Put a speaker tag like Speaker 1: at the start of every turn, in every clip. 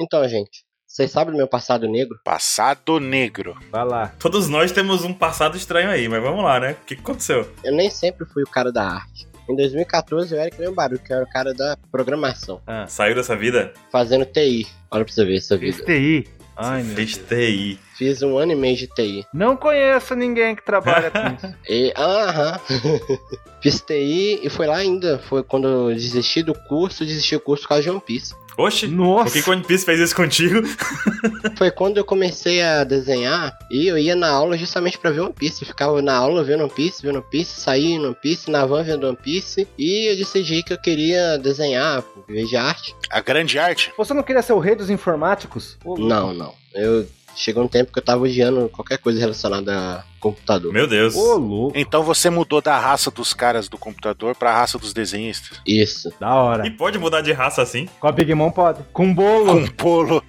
Speaker 1: Então, gente, vocês sabem do meu passado negro?
Speaker 2: Passado negro.
Speaker 3: Vai lá.
Speaker 4: Todos nós temos um passado estranho aí, mas vamos lá, né? O que que aconteceu?
Speaker 1: Eu nem sempre fui o cara da arte. Em 2014 eu era que nem o Baru, que eu era o cara da programação,
Speaker 3: Ah,
Speaker 4: Saiu dessa vida?
Speaker 1: fazendo TI. Olha pra você ver essa vida.
Speaker 3: STI. Ai, meu
Speaker 4: Fez
Speaker 3: Deus.
Speaker 4: TI.
Speaker 1: Fiz um ano e meio de TI.
Speaker 3: Não conheço ninguém que trabalha com isso.
Speaker 1: E, aham. Fiz TI e foi lá ainda. Foi quando eu desisti do curso, desisti do curso por causa de One Piece.
Speaker 4: Oxi. Por que
Speaker 3: Nossa.
Speaker 4: que o One Piece fez isso contigo?
Speaker 1: Foi quando eu comecei a desenhar e eu ia na aula justamente pra ver One Piece. Eu ficava na aula vendo One Piece, vendo One Piece, saí no One Piece, na van vendo One Piece. E eu decidi que eu queria desenhar, em vez de arte.
Speaker 2: A grande arte.
Speaker 3: Você não queria ser o rei dos informáticos? Ô, louco.
Speaker 1: Não, não. Eu chegou um tempo que eu tava odiando qualquer coisa relacionada a computador.
Speaker 4: Meu Deus.
Speaker 3: Ô, louco.
Speaker 2: Então você mudou da raça dos caras do computador pra raça dos desenhistas.
Speaker 1: Isso.
Speaker 3: Da hora.
Speaker 4: E pode mudar de raça assim?
Speaker 3: Com a Big Mom pode. Com bolo.
Speaker 2: Com polo.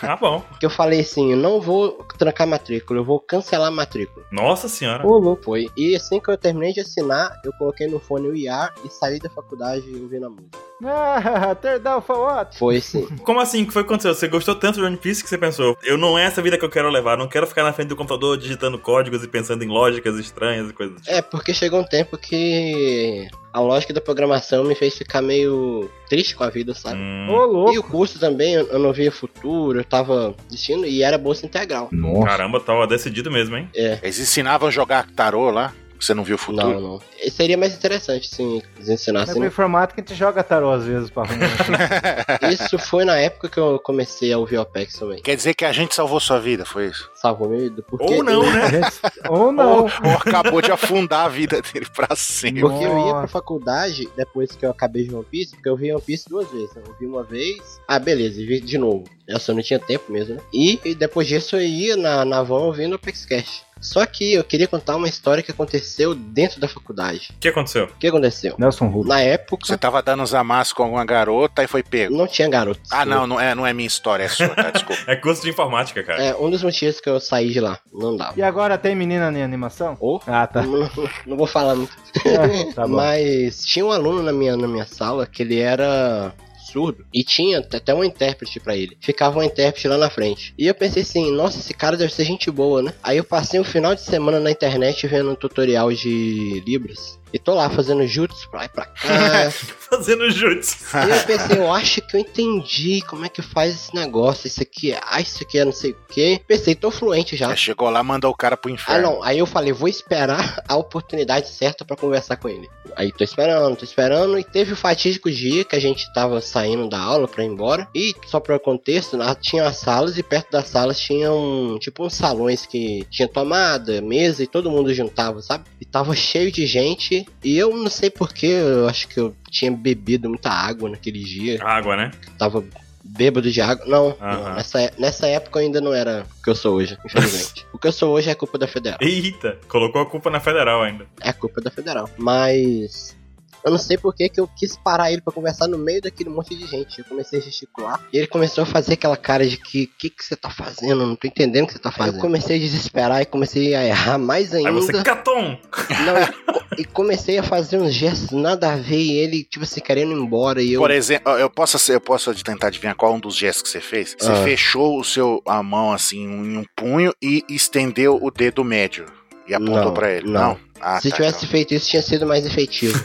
Speaker 4: Tá bom.
Speaker 1: Que eu falei assim, eu não vou trancar matrícula, eu vou cancelar a matrícula.
Speaker 4: Nossa senhora.
Speaker 3: Ô, louco.
Speaker 1: Foi. E assim que eu terminei de assinar, eu coloquei no fone o IAR e saí da faculdade ouvindo a música.
Speaker 3: Ah, Terdal Fawat.
Speaker 1: Foi sim.
Speaker 4: Como assim? O que foi que aconteceu? Você gostou tanto de One Piece que você pensou, eu não é essa vida que eu quero levar, não quero ficar na frente do computador digitando códigos e pensando em lógicas estranhas e coisas do tipo.
Speaker 1: É, porque chegou um tempo que a lógica da programação me fez ficar meio triste com a vida, sabe?
Speaker 4: Hum,
Speaker 3: É. Ô,
Speaker 1: E
Speaker 3: louco.
Speaker 1: o curso também, eu eu não via futuro, eu tava destino e era bolsa integral.
Speaker 3: Nossa.
Speaker 4: caramba, tava decidido mesmo, hein?
Speaker 2: Eles ensinavam a jogar tarô lá. Você não viu o futuro?
Speaker 1: Não, não. E seria mais interessante, sim, eles
Speaker 3: Mas
Speaker 1: ensinassem né?
Speaker 3: com informática a gente joga tarô às vezes pra arrumar.
Speaker 1: Isso foi na época que eu comecei a ouvir o Apex também.
Speaker 2: Quer dizer que a gente salvou sua vida, foi isso?
Speaker 1: Salvou minha vida. Porque
Speaker 4: Ou não, né?
Speaker 3: Gente, Ou
Speaker 2: Ou,
Speaker 3: não.
Speaker 2: ou acabou de afundar a vida dele pra sempre.
Speaker 1: Porque eu ia pra
Speaker 3: Nossa.
Speaker 1: faculdade depois que eu acabei de One Piece, porque eu vi One Piece duas vezes. né? Eu vi uma vez, ah, beleza, e vi de novo. Eu só não tinha tempo mesmo, né? E, e depois disso eu ia na, na van ouvindo o Apex Cash. Só que eu queria contar uma história que aconteceu dentro da faculdade.
Speaker 4: O que aconteceu?
Speaker 1: O que aconteceu?
Speaker 3: Nelson Rubio.
Speaker 1: Na época,
Speaker 2: Você tava dando os amassos com alguma garota e foi pego.
Speaker 1: não tinha garoto.
Speaker 2: Ah, não, não é, não é minha história, é sua, tá? Desculpa.
Speaker 4: É curso de informática, cara.
Speaker 1: É, um dos motivos que eu saí de lá. Não dava.
Speaker 3: E agora tem menina em animação?
Speaker 1: Ou?
Speaker 3: Ah, tá.
Speaker 1: Não, não vou falar muito.
Speaker 3: Ah, tá bom.
Speaker 1: Mas tinha um aluno na minha, na minha sala que ele era surdo e tinha t- até um intérprete pra ele. Ficava um intérprete lá na frente. E eu pensei assim, nossa, esse cara deve ser gente boa, né? Aí eu passei um final de semana na internet vendo um tutorial de Libras. E tô lá fazendo jutsu pra lá e pra cá.
Speaker 4: Fazendo jutsu.
Speaker 1: e eu pensei, eu acho que eu entendi como é que faz esse negócio. Isso aqui é, ah, isso aqui é não sei o que. Pensei, tô fluente já.
Speaker 2: Aí Chegou lá, mandou o cara pro
Speaker 1: Tá. Ah,
Speaker 2: inferno.
Speaker 1: não. Aí eu falei, vou esperar a oportunidade certa pra conversar com ele. Aí tô esperando, tô esperando. E teve o fatídico dia que a gente tava saindo da aula pra ir embora. E, só pra contexto, lá tinha as salas e perto das salas tinham, tipo, uns salões que tinha tomada, mesa e todo mundo juntava, sabe? E tava cheio de gente. E eu não sei porquê, eu acho que eu tinha bebido muita água naquele dia.
Speaker 4: Água, né?
Speaker 1: Tava bêbado de água. Não,
Speaker 4: Aham.
Speaker 1: não, nessa, é- nessa época eu ainda não era o que eu sou hoje, infelizmente. o que eu sou hoje é culpa da Federal.
Speaker 4: Eita, colocou a culpa na federal ainda.
Speaker 1: É culpa da federal. Mas. Eu não sei por que que eu quis parar ele pra conversar no meio daquele monte de gente. Eu comecei a gesticular. E ele começou a fazer aquela cara de que que, que você tá fazendo? Eu Não tô entendendo o que você tá fazendo. Eu comecei a desesperar e comecei a errar mais ainda.
Speaker 4: Aí você, catom!
Speaker 1: Não, e co- e comecei a fazer uns gestos nada a ver. E ele, tipo assim, querendo ir embora. E eu.
Speaker 2: Por exemplo, eu posso, ser- eu posso tentar adivinhar qual um dos gestos que você fez? Você
Speaker 1: Ah.
Speaker 2: fechou o seu, a mão assim em um punho e estendeu o dedo médio e apontou
Speaker 1: Não,
Speaker 2: pra ele.
Speaker 1: não.
Speaker 2: Ah,
Speaker 1: Se
Speaker 2: tá,
Speaker 1: tivesse
Speaker 2: então.
Speaker 1: feito isso, tinha sido mais efetivo.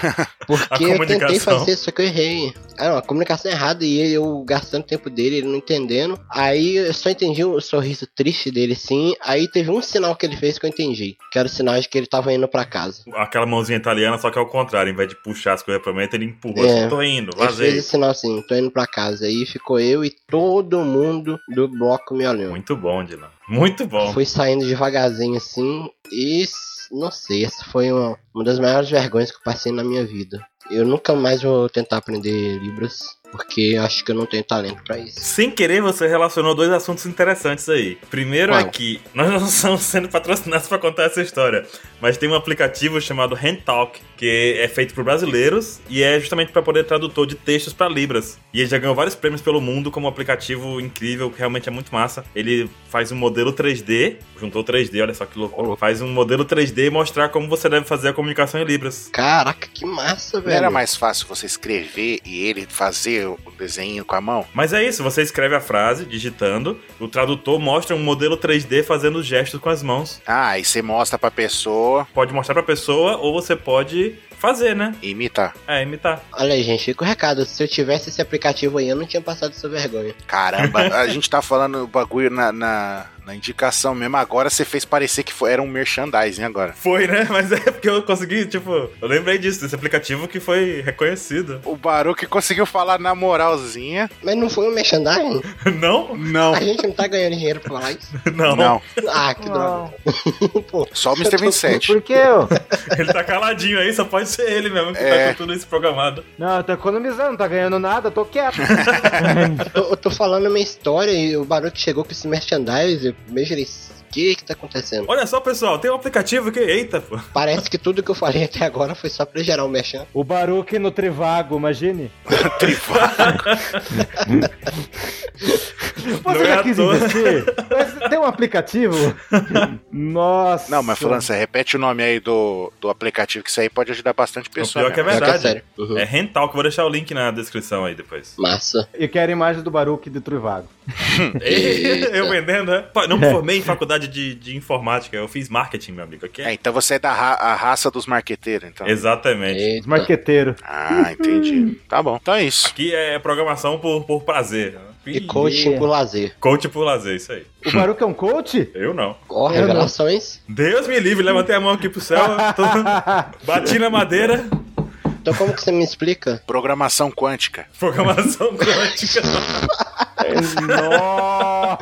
Speaker 4: A
Speaker 1: Porque eu tentei
Speaker 4: comunicação.
Speaker 1: fazer, só que eu errei. Ah, não, a comunicação errada e eu gastando tempo dele, ele não entendendo. Aí eu só entendi o sorriso triste dele, sim. Aí teve um sinal que ele fez que eu entendi. Que era o sinal de que ele tava indo pra casa.
Speaker 4: Aquela mãozinha italiana, só que ao contrário, ao invés de puxar as coisas pra mim, ele empurrou.
Speaker 1: É.
Speaker 4: assim, tô indo,
Speaker 1: Ele fez
Speaker 4: vazei.
Speaker 1: esse sinal assim, tô indo pra casa. Aí ficou eu e todo mundo do bloco me olhando.
Speaker 4: Muito bom, Dylan. Muito bom.
Speaker 1: Fui saindo devagarzinho assim e s- não sei, essa foi uma, uma das maiores vergonhas que eu passei na minha vida. Eu nunca mais vou tentar aprender Libras, porque eu acho que eu não tenho talento pra isso.
Speaker 4: Sem querer, você relacionou dois assuntos interessantes aí. Primeiro é
Speaker 1: Qual?
Speaker 4: que nós não estamos sendo patrocinados para contar essa história, mas tem um aplicativo chamado HandTalk, que é feito por brasileiros e é justamente para poder tradutor de textos para Libras. E ele já ganhou vários prêmios pelo mundo como um aplicativo incrível, que realmente é muito massa. Ele faz um modelo 3D, juntou 3D, olha só que louco. Faz um modelo 3D e mostrar como você deve fazer a comunicação em Libras.
Speaker 1: Caraca, que massa,
Speaker 2: Não era
Speaker 1: velho.
Speaker 2: mais fácil você escrever e ele fazer fazer o desenho com a mão.
Speaker 4: Mas é isso, você escreve a frase digitando, o tradutor mostra um modelo 3D fazendo gestos com as mãos.
Speaker 2: Ah, e você mostra pra pessoa
Speaker 4: Pode mostrar pra pessoa ou você pode fazer, né?
Speaker 2: e imitar.
Speaker 4: É, imitar.
Speaker 1: Olha aí, gente, fica o recado. Se eu tivesse esse aplicativo aí, eu não tinha passado essa vergonha.
Speaker 2: Caramba, a gente tá falando o bagulho na, na, na indicação mesmo. Agora você fez parecer que foi, era um merchandising agora.
Speaker 4: Foi, né? Mas é porque eu consegui, tipo, eu lembrei disso, desse aplicativo que foi reconhecido.
Speaker 2: O Baruque conseguiu falar na moralzinha.
Speaker 1: Mas não foi um merchandising?
Speaker 4: Não?
Speaker 2: Não,
Speaker 1: A gente não tá ganhando dinheiro pra falar isso.
Speaker 4: Não.
Speaker 2: não.
Speaker 1: Ah, que droga.
Speaker 3: Não.
Speaker 1: Pô,
Speaker 2: Só o Mr. 27.
Speaker 3: Por que eu?
Speaker 4: Ele tá caladinho aí, só pode ser ele mesmo que
Speaker 2: É.
Speaker 4: tá com tudo isso programado.
Speaker 3: Não, eu tô economizando, não tá ganhando nada, eu tô quieto.
Speaker 1: eu, eu tô falando minha história e o Baruch chegou com esse merchandising. Eu meio que ele, o que que tá acontecendo?
Speaker 4: Olha só, pessoal, tem um aplicativo que. Eita, pô.
Speaker 1: Parece que tudo que eu falei até agora foi só pra gerar um merchan.
Speaker 3: O Baruque no Trivago, imagine.
Speaker 4: Não
Speaker 3: Você
Speaker 4: é à
Speaker 3: já quis
Speaker 4: toa.
Speaker 3: investir? Mas tem um aplicativo? Nossa.
Speaker 2: Não, mas falando sério, repete o nome aí do, do aplicativo, que isso aí pode ajudar bastante né? pessoal.
Speaker 4: pior que é
Speaker 1: Pior que
Speaker 4: Verdade.
Speaker 1: É sério. Uhum.
Speaker 4: É rental, que eu vou deixar o link na descrição aí depois.
Speaker 1: Mmassa.
Speaker 3: Eu quero a imagem do Baruque de Trivago.
Speaker 1: Eita.
Speaker 4: eu vendendo, né? Pô, Não me formei em faculdade de, de informática, eu fiz marketing, meu amigo. Aqui é-
Speaker 2: É, então você é da ra- a raça dos marqueteiros, então.
Speaker 4: Exatamente.
Speaker 1: Eita.
Speaker 3: Os marqueteiros.
Speaker 2: Ah, entendi. Tá bom. Então é isso.
Speaker 4: Aqui é programação por, por prazer.
Speaker 1: E coaching por lazer.
Speaker 4: Coach por lazer, isso aí.
Speaker 3: O Baruque é um coach?
Speaker 4: Eu não.
Speaker 1: Ó,
Speaker 3: Eu não.
Speaker 1: revelações.
Speaker 4: Deus me livre, levantei a mão aqui pro céu, tô- bati na madeira,
Speaker 1: Então como que você me explica?
Speaker 2: Programação quântica.
Speaker 4: programação quântica.
Speaker 3: Nossa.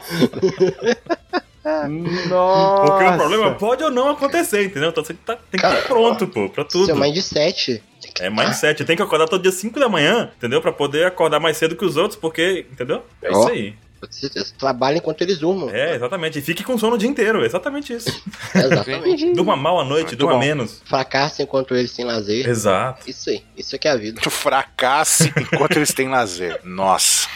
Speaker 3: Nossa.
Speaker 4: Porque o problema pode ou não acontecer, entendeu? Então você tá- tem que estar pronto, pô, pra tudo.
Speaker 1: Seu mindset.
Speaker 4: É mindset, tem que acordar todo dia 5 da manhã, entendeu? Pra poder acordar mais cedo que os outros, porque, entendeu? É
Speaker 1: Ó.
Speaker 4: isso aí.
Speaker 1: Você você trabalha enquanto eles durmam.
Speaker 4: É, exatamente. E fique com sono o dia inteiro, é exatamente isso.
Speaker 1: Exatamente.
Speaker 4: Durma mal à noite,
Speaker 2: Muito
Speaker 4: durma
Speaker 2: bom.
Speaker 4: menos.
Speaker 1: Fracassa enquanto eles têm lazer.
Speaker 4: Exato.
Speaker 1: Isso aí. Isso aqui é a vida.
Speaker 2: Tu fracasse enquanto eles têm lazer. Nossa.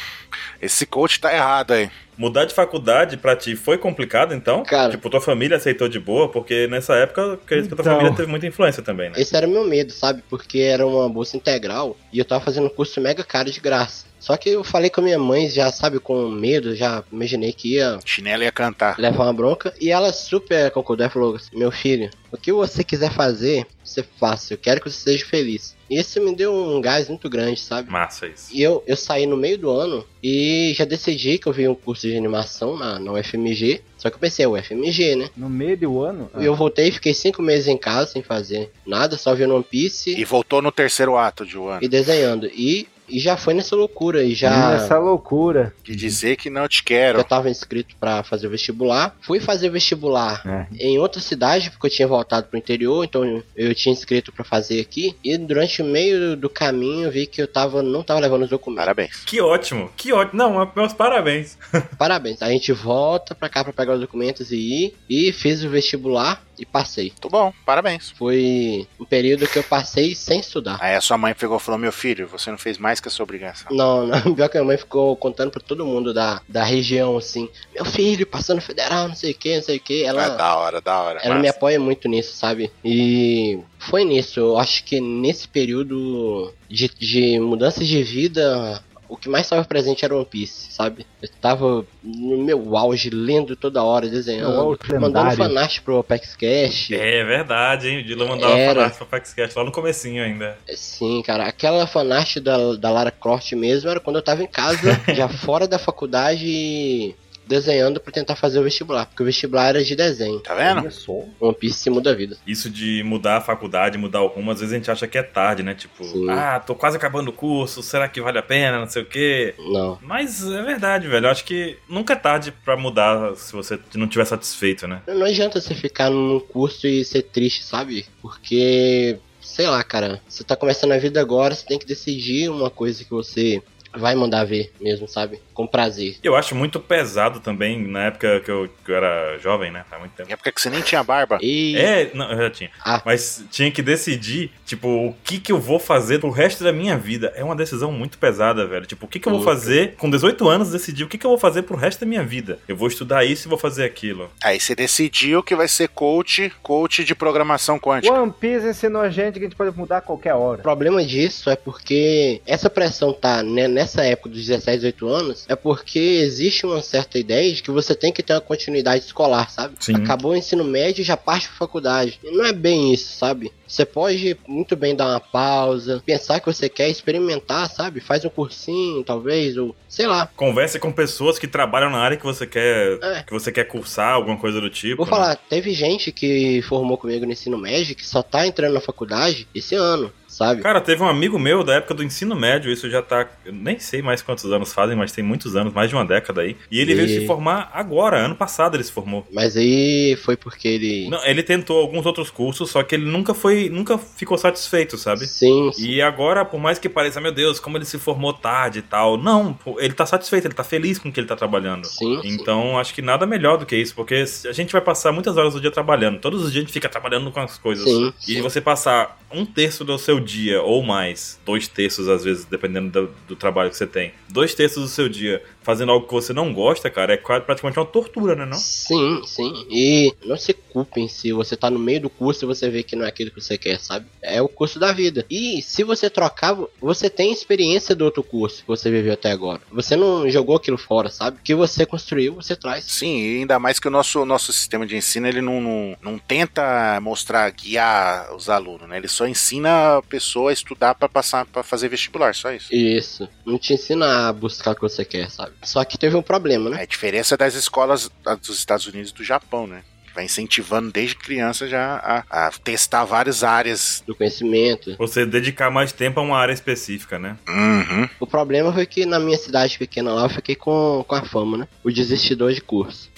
Speaker 2: Esse coach tá errado aí.
Speaker 4: Mudar de faculdade pra ti foi complicado, então?
Speaker 1: Cara.
Speaker 4: Tipo, tua família aceitou de boa, porque nessa época, eu acredito que tua
Speaker 3: Então.
Speaker 4: família teve muita influência também, né?
Speaker 1: Esse era o meu medo, sabe? Porque era uma bolsa integral e eu tava fazendo um curso mega caro de graça. Só que eu falei com a minha mãe, já sabe, com medo, já imaginei que ia
Speaker 2: Chinelo ia cantar.
Speaker 1: levar uma bronca. E ela super concordou e falou: assim, Meu filho, o que você quiser fazer, você faça. Eu quero que você seja feliz. E isso me deu um gás muito grande, sabe?
Speaker 4: Massa isso.
Speaker 1: E eu, eu saí no meio do ano e já decidi que eu vi um curso de animação na, na UFMG. Só que eu pensei, é UFMG, né?
Speaker 3: No meio do ano? Ah,
Speaker 1: E eu voltei e fiquei cinco meses em casa sem fazer nada, só vendo One Piece
Speaker 2: E voltou no terceiro ato, Joana.
Speaker 1: e desenhando. E, e já foi nessa loucura. E já,
Speaker 3: Essa loucura.
Speaker 1: Uhum.
Speaker 2: De dizer que não te
Speaker 1: já
Speaker 2: quero.
Speaker 1: tava inscrito pra fazer vestibular. Fui fazer vestibular
Speaker 3: É.
Speaker 1: em outra cidade, porque eu tinha voltado pro interior, então eu- eu tinha inscrito pra fazer aqui. E durante o meio do caminho eu vi que eu tava, não tava levando os documentos.
Speaker 2: Parabéns.
Speaker 4: Que ótimo, que ótimo. Não, meus parabéns.
Speaker 1: Parabéns. A gente volta pra cá pra pegar os documentos e ir. E fiz o vestibular e passei.
Speaker 2: Muito bom, parabéns.
Speaker 1: Foi um período que eu passei sem estudar.
Speaker 2: Aí a sua mãe pegou e falou: Meu filho, você não fez mais que a sua obrigação.
Speaker 1: Não, não. Pior que minha mãe ficou contando pra todo mundo da, da região, assim. Meu filho, passando federal, não sei o que, não sei o que.
Speaker 2: Ah,
Speaker 1: Ela,
Speaker 2: da hora, da hora.
Speaker 1: ela me
Speaker 2: Massa.
Speaker 1: apoia muito nisso, sabe? E foi nisso. Eu acho que nesse período de, de mudanças de vida, o que mais estava presente era One Piece, sabe? Eu tava no meu auge, lendo toda hora,
Speaker 3: Meu
Speaker 1: desenhando.
Speaker 3: auge
Speaker 1: Mandando
Speaker 3: lendário.
Speaker 1: fanart pro Apex Cash.
Speaker 4: É verdade, hein? O Dylan mandava
Speaker 1: Era.
Speaker 4: falar pro Paxcast lá no comecinho ainda.
Speaker 1: Sim, cara. Aquela fanart da, da Lara Croft mesmo era quando eu tava em casa, já fora da faculdade, e desenhando pra tentar fazer o vestibular. Porque o vestibular era de desenho.
Speaker 2: Tá vendo?
Speaker 3: Olha só.
Speaker 1: One Piece muda a vida.
Speaker 4: Isso de mudar a faculdade, mudar o rumo, às vezes a gente acha que é tarde, né? Tipo,
Speaker 1: Sim.
Speaker 4: ah, tô quase acabando o curso, será que vale a pena, não sei o quê.
Speaker 1: Não.
Speaker 4: Mas é verdade, velho. Eu acho que nunca é tarde pra mudar se você não tiver satisfeito, né?
Speaker 1: Não adianta você ficar num curso e ser triste, sabe? Porque, sei lá, cara. Você tá começando a vida agora, você tem que decidir uma coisa que você vai mandar ver mesmo, sabe? Com prazer.
Speaker 4: Eu acho muito pesado também, na época que eu, que eu era jovem, né? Faz muito tempo.
Speaker 2: Na época É que você nem tinha barba.
Speaker 1: E.
Speaker 4: É, não, eu já tinha.
Speaker 1: Ah.
Speaker 4: Mas tinha que decidir, tipo, o que que eu vou fazer pro resto da minha vida. É uma decisão muito pesada, velho. Tipo, o que que eu vou
Speaker 1: Muito.
Speaker 4: fazer? Com 18 anos, decidir o que que eu vou fazer pro resto da minha vida. Eu vou estudar isso e vou fazer aquilo.
Speaker 2: Aí você decidiu que vai ser coach, coach de programação quântica.
Speaker 3: One Piece é ensinou a gente que a gente pode mudar a qualquer
Speaker 1: O
Speaker 3: hora.
Speaker 1: problema disso é porque essa pressão tá ne- nessa época dos 17, 18 anos, é porque existe uma certa ideia de que você tem que ter uma continuidade escolar, sabe?
Speaker 4: Sim.
Speaker 1: Acabou o ensino médio e já parte pra faculdade. E não é bem isso, sabe? Você pode muito bem dar uma pausa, pensar que você quer experimentar, sabe? Faz um cursinho, talvez, ou sei lá.
Speaker 4: Converse com pessoas que trabalham na área que você quer,
Speaker 1: É.
Speaker 4: que você quer cursar, alguma coisa do tipo.
Speaker 1: Vou
Speaker 4: né?
Speaker 1: falar, teve gente que formou comigo no ensino médio que só tá entrando na faculdade esse ano, sabe?
Speaker 4: Cara, teve um amigo meu da época do ensino médio, isso já tá. Eu nem sei mais quantos anos fazem, mas tem muitos anos, mais de uma década aí. E ele veio
Speaker 1: E-
Speaker 4: se formar agora, ano passado ele se formou.
Speaker 1: Mas aí foi porque ele.
Speaker 4: Não, ele tentou alguns outros cursos, só que ele nunca foi. nunca ficou satisfeito, sabe?
Speaker 1: Sim, sim.
Speaker 4: E agora, por mais que pareça, meu Deus, como ele se formou tarde e tal. Não, pô, ele tá satisfeito, ele tá feliz com o que ele tá trabalhando.
Speaker 1: Sim, sim.
Speaker 4: Então, acho que nada melhor do que isso, porque a gente vai passar muitas horas do dia trabalhando. Todos os dias a gente fica trabalhando com as coisas.
Speaker 1: Sim,
Speaker 4: E
Speaker 1: sim.
Speaker 4: você passar um terço do seu dia, ou mais, dois terços às vezes, dependendo do, do trabalho que você tem, dois terços do seu dia fazendo algo que você não gosta, cara, é quase- praticamente uma tortura, né? Não?
Speaker 1: Sim, sim. E não se culpem se você tá no meio do curso e você vê que não é aquilo que você quer, sabe? É o curso da vida. E se você trocar, vo- você tem experiência do outro curso que você viveu até agora. Você não jogou aquilo fora, sabe? O que você construiu, você traz.
Speaker 2: Sim, e ainda mais que o nosso, nosso sistema de ensino ele não, não, não tenta mostrar, guiar os alunos, né? Ele só ensina a pessoa a estudar pra passar para fazer vestibular, só isso.
Speaker 1: Isso. Não te ensina a buscar o que você quer, sabe? Só que teve um problema, né?
Speaker 2: É a diferença das escolas da- dos Estados Unidos e do Japão, né? Que vai incentivando desde criança já a, a testar várias áreas.
Speaker 1: Do conhecimento.
Speaker 4: Você dedicar mais tempo a uma área específica, né?
Speaker 2: Uhum.
Speaker 1: O problema foi que na minha cidade pequena lá eu fiquei com, com a fama, né? O desistidor de curso.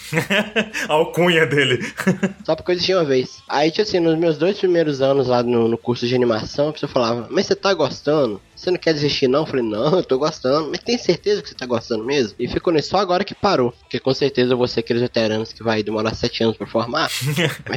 Speaker 4: A alcunha dele.
Speaker 1: Só porque eu existi uma vez. Aí, tipo assim, nos meus dois primeiros anos lá no, no curso de animação, a pessoa falava, mas você tá gostando? Você não quer desistir não? Eu falei, não, eu tô gostando. Mas tem certeza que você tá gostando mesmo? E ficou nisso só agora que parou. Porque com certeza eu vou ser aqueles veteranos que vai demorar sete anos pra formar.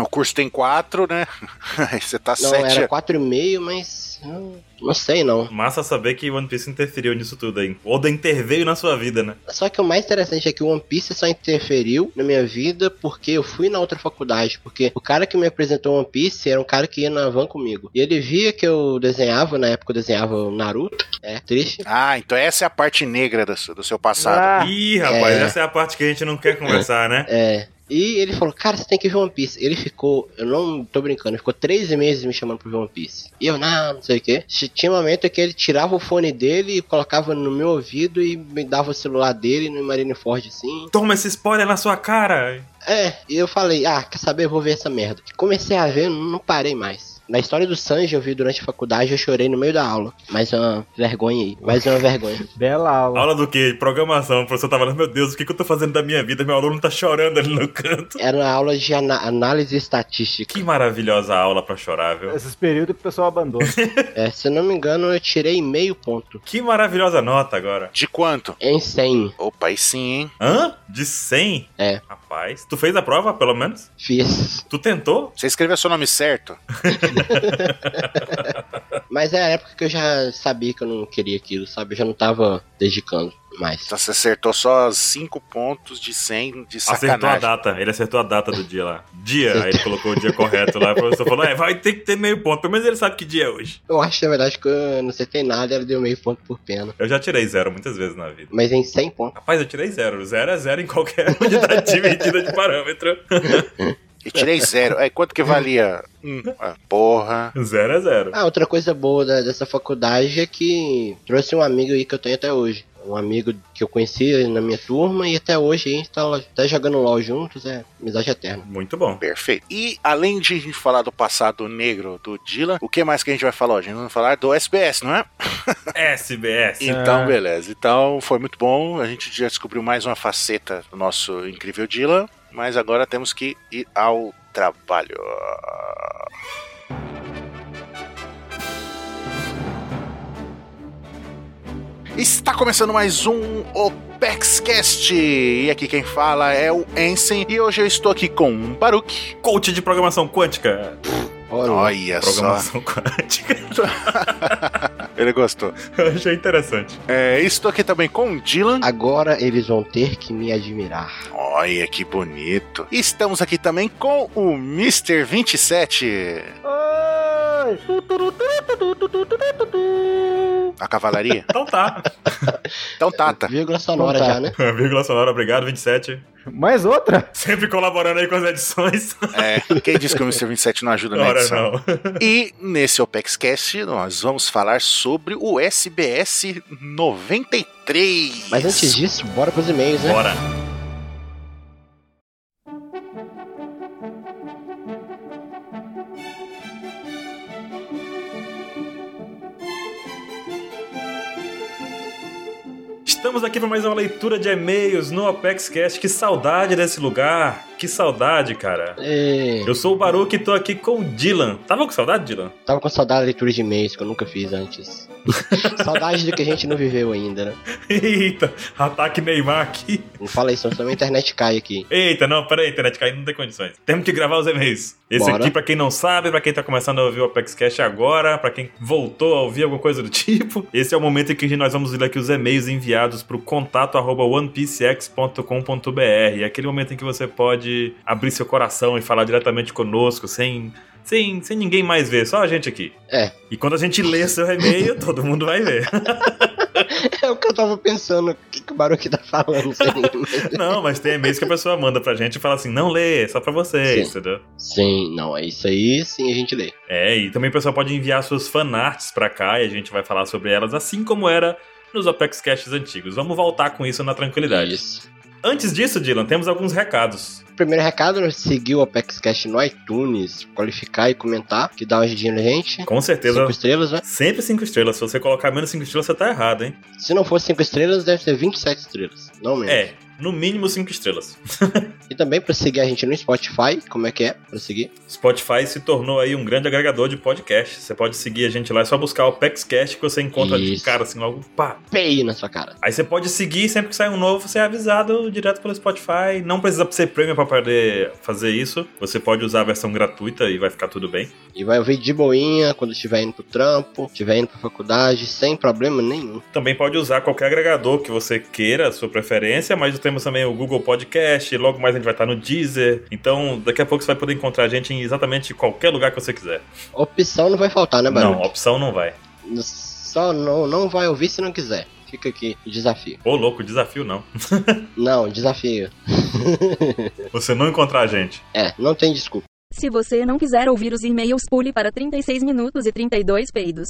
Speaker 2: O curso tem quatro, né? Aí você tá
Speaker 1: Não,
Speaker 2: sete.
Speaker 1: era quatro e meio, mas... hum, Não sei, não.
Speaker 4: Massa saber que One Piece interferiu nisso tudo aí. Oda interveio na sua vida, né?
Speaker 1: Só que o mais interessante é que o One Piece só interferiu na minha vida porque eu fui na outra faculdade. Porque o cara que me apresentou One Piece era um cara que ia na van comigo. E ele via que eu desenhava, na época eu desenhava o Naruto. É, triste.
Speaker 2: Ah, então essa é a parte negra do, seu- do seu passado.
Speaker 3: Ah,
Speaker 4: Ih, rapaz,
Speaker 1: É.
Speaker 4: essa é a parte que a gente não quer conversar, né?
Speaker 1: É. E ele falou, cara, você tem que ver One Piece. Ele ficou, eu não tô brincando, ele ficou três meses me chamando pra ver One Piece. E eu, não, não sei o quê. Che- Tinha um momento que ele tirava o fone dele e colocava no meu ouvido e me dava o celular dele no Marineford, assim.
Speaker 4: Toma esse spoiler na sua cara!
Speaker 1: É, e eu falei, ah, quer saber, eu vou ver essa merda. Comecei a ver, não parei mais. Na história do Sanji eu vi durante a faculdade, eu chorei no meio da aula. Mais uma vergonha aí, mais uma vergonha.
Speaker 3: bela aula.
Speaker 4: Aula do quê? De Programação. O professor tava falando, meu Deus, o que, que eu tô fazendo da minha vida? Meu aluno tá chorando ali no canto.
Speaker 1: Era uma aula de ana- análise estatística.
Speaker 4: Que maravilhosa aula pra chorar, viu?
Speaker 3: Esses períodos que o pessoal abandona.
Speaker 1: É, se eu não me engano, eu tirei meio ponto.
Speaker 4: Que maravilhosa nota
Speaker 1: Ah.
Speaker 4: agora.
Speaker 2: De quanto?
Speaker 1: Em 100,
Speaker 2: Opa, aí sim, hein?
Speaker 4: Hã? De 100?
Speaker 1: É.
Speaker 4: Rapaz, tu fez a prova, pelo menos?
Speaker 1: fiz.
Speaker 4: Tu tentou?
Speaker 2: Você escreveu seu nome certo?
Speaker 1: Mas é a época que eu já sabia que eu não queria aquilo, sabe? Eu já não tava dedicando mais.
Speaker 2: Então você acertou só 5 pontos de 100 de
Speaker 4: Acertou a
Speaker 2: sacanagem.
Speaker 4: data. Ele acertou a data do dia lá. Dia. Aí ele colocou o dia correto lá. O professor falou, é, vai ter que ter meio ponto. Pelo menos ele sabe que dia é hoje.
Speaker 1: Eu acho, na verdade, que eu não acertei nada, ela deu meio ponto por pena.
Speaker 4: Eu já tirei zero muitas vezes na vida.
Speaker 1: Mas em 100 pontos.
Speaker 4: Rapaz, eu tirei zero. Zero é zero em qualquer unidade de medida de parâmetro.
Speaker 2: E tirei zero. É, quanto que valia? Hum, ah, porra.
Speaker 4: Zero é zero.
Speaker 1: Ah, outra coisa boa da- dessa faculdade é que trouxe um amigo aí que eu tenho até hoje. Um amigo que eu conheci na minha turma e até hoje a gente tá, lá- tá jogando LOL juntos, é amizade eterna.
Speaker 4: Muito bom.
Speaker 2: Perfeito. E além de a gente falar do passado negro do Dylan, o que mais que a gente vai falar hoje? A gente vai falar do SBS, não é?
Speaker 4: SBS.
Speaker 2: Então, beleza. Então, foi muito bom. A gente já descobriu mais uma faceta do nosso incrível Dylan, mas agora temos que ir ao trabalho. Está começando mais um OPEXcast! E aqui quem fala é o Ensen, e hoje eu estou aqui com o Baruch.
Speaker 4: Coach de programação quântica.
Speaker 1: Olha,
Speaker 2: Olha só,
Speaker 4: Programação quântica.
Speaker 2: ele gostou.
Speaker 4: Eu achei interessante.
Speaker 2: É, estou aqui também com o Dylan.
Speaker 1: agora eles vão ter que me admirar.
Speaker 2: Olha que bonito. Estamos aqui também com o Mr. 27.
Speaker 3: Oi!
Speaker 2: A cavalaria?
Speaker 4: Então tá.
Speaker 2: Então tata.
Speaker 1: Vírgula sonora
Speaker 3: Então tá.
Speaker 1: já, né?
Speaker 4: Vírgula sonora, obrigado, 27.
Speaker 3: Mais outra?
Speaker 4: Sempre colaborando aí com as edições.
Speaker 2: É, quem disse que o Mr. 27 não ajuda na
Speaker 4: Ora,
Speaker 2: edição?
Speaker 4: não.
Speaker 2: E nesse OPEXcast nós vamos falar sobre o SBS 93.
Speaker 1: Mas antes disso, bora pros e-mails, né?
Speaker 4: Bora. Estamos aqui para mais uma leitura de e-mails no ApexCast. Que saudade desse lugar. Que saudade, cara.
Speaker 1: É,
Speaker 4: Eu sou o Baruque e tô aqui com o Dylan. Tava com saudade, Dylan?
Speaker 1: tava com saudade da leitura de e-mails que eu nunca fiz antes. saudade do que a gente não viveu ainda, né?
Speaker 4: Eita, ataque Neymar aqui.
Speaker 1: Não fala isso, senão a internet cai aqui.
Speaker 4: Eita, não, peraí, internet caindo não tem condições. Temos que gravar os e-mails. Esse
Speaker 1: Bora.
Speaker 4: aqui, pra quem não sabe, pra quem tá começando a ouvir o Apex Cash agora, pra quem voltou a ouvir alguma coisa do tipo, esse é o momento em que nós vamos ler aqui os e-mails enviados pro contato arroba onepcx.com.br. É aquele momento em que você pode abrir seu coração e falar diretamente conosco, sem, sem, sem ninguém mais ver, só a gente aqui.
Speaker 1: É.
Speaker 4: E quando a gente lê seu e-mail, todo mundo vai ver.
Speaker 1: É o que eu tava pensando. O que, que o Baruque tá falando? sem e-mail?
Speaker 4: Não, mas tem e-mails que a pessoa manda pra gente e fala assim, não lê, é só pra vocês, entendeu?
Speaker 1: sim, não, é isso aí, sim, a gente lê.
Speaker 4: É, e também o pessoal pode enviar suas fanarts pra cá e a gente vai falar sobre elas, assim como era nos Apex Caches antigos. Vamos voltar com isso na tranquilidade.
Speaker 1: Isso.
Speaker 4: Antes disso, Dylan, temos alguns recados.
Speaker 1: Primeiro recado, né, seguir o Apex Cash no iTunes, qualificar e comentar, que dá uma ajudinha na gente.
Speaker 4: Com certeza.
Speaker 1: Cinco estrelas, né?
Speaker 4: Sempre cinco estrelas. Se você colocar menos cinco estrelas, você tá errado, hein?
Speaker 1: Se não for cinco estrelas, deve ser 27 estrelas, não menos.
Speaker 4: É, no mínimo cinco estrelas.
Speaker 1: E também pra seguir a gente no Spotify, como é que é? Pra seguir?
Speaker 4: Spotify se tornou aí um grande agregador de podcast. Você pode seguir a gente lá, é só buscar o Cast que você encontra de
Speaker 1: Isso.
Speaker 4: cara assim logo, pá,
Speaker 1: Pei na sua cara.
Speaker 4: Aí você pode seguir, sempre que sair um novo, você é avisado direto pelo Spotify. Não precisa ser premium pra poder fazer isso. Você pode usar a versão gratuita e vai ficar tudo bem.
Speaker 1: E vai ouvir de boinha quando estiver indo pro trampo, estiver indo pra faculdade, sem problema nenhum.
Speaker 4: Também pode usar qualquer agregador que você queira, a sua preferência, mas temos também o Google Podcast, logo mais a gente vai estar no Deezer. Então, daqui a pouco você vai poder encontrar a gente em exatamente qualquer lugar que você quiser.
Speaker 1: Opção não vai faltar, né,
Speaker 4: não,
Speaker 1: Barulho?
Speaker 4: opção não vai.
Speaker 1: Só não, não vai ouvir se não quiser. Fica aqui, o desafio.
Speaker 4: Ô, louco, desafio não.
Speaker 1: Não, desafio.
Speaker 4: Você não encontrar a gente.
Speaker 1: É, não tem desculpa.
Speaker 5: Se você não quiser ouvir os e-mails, pule para 36 minutos e 32 peidos.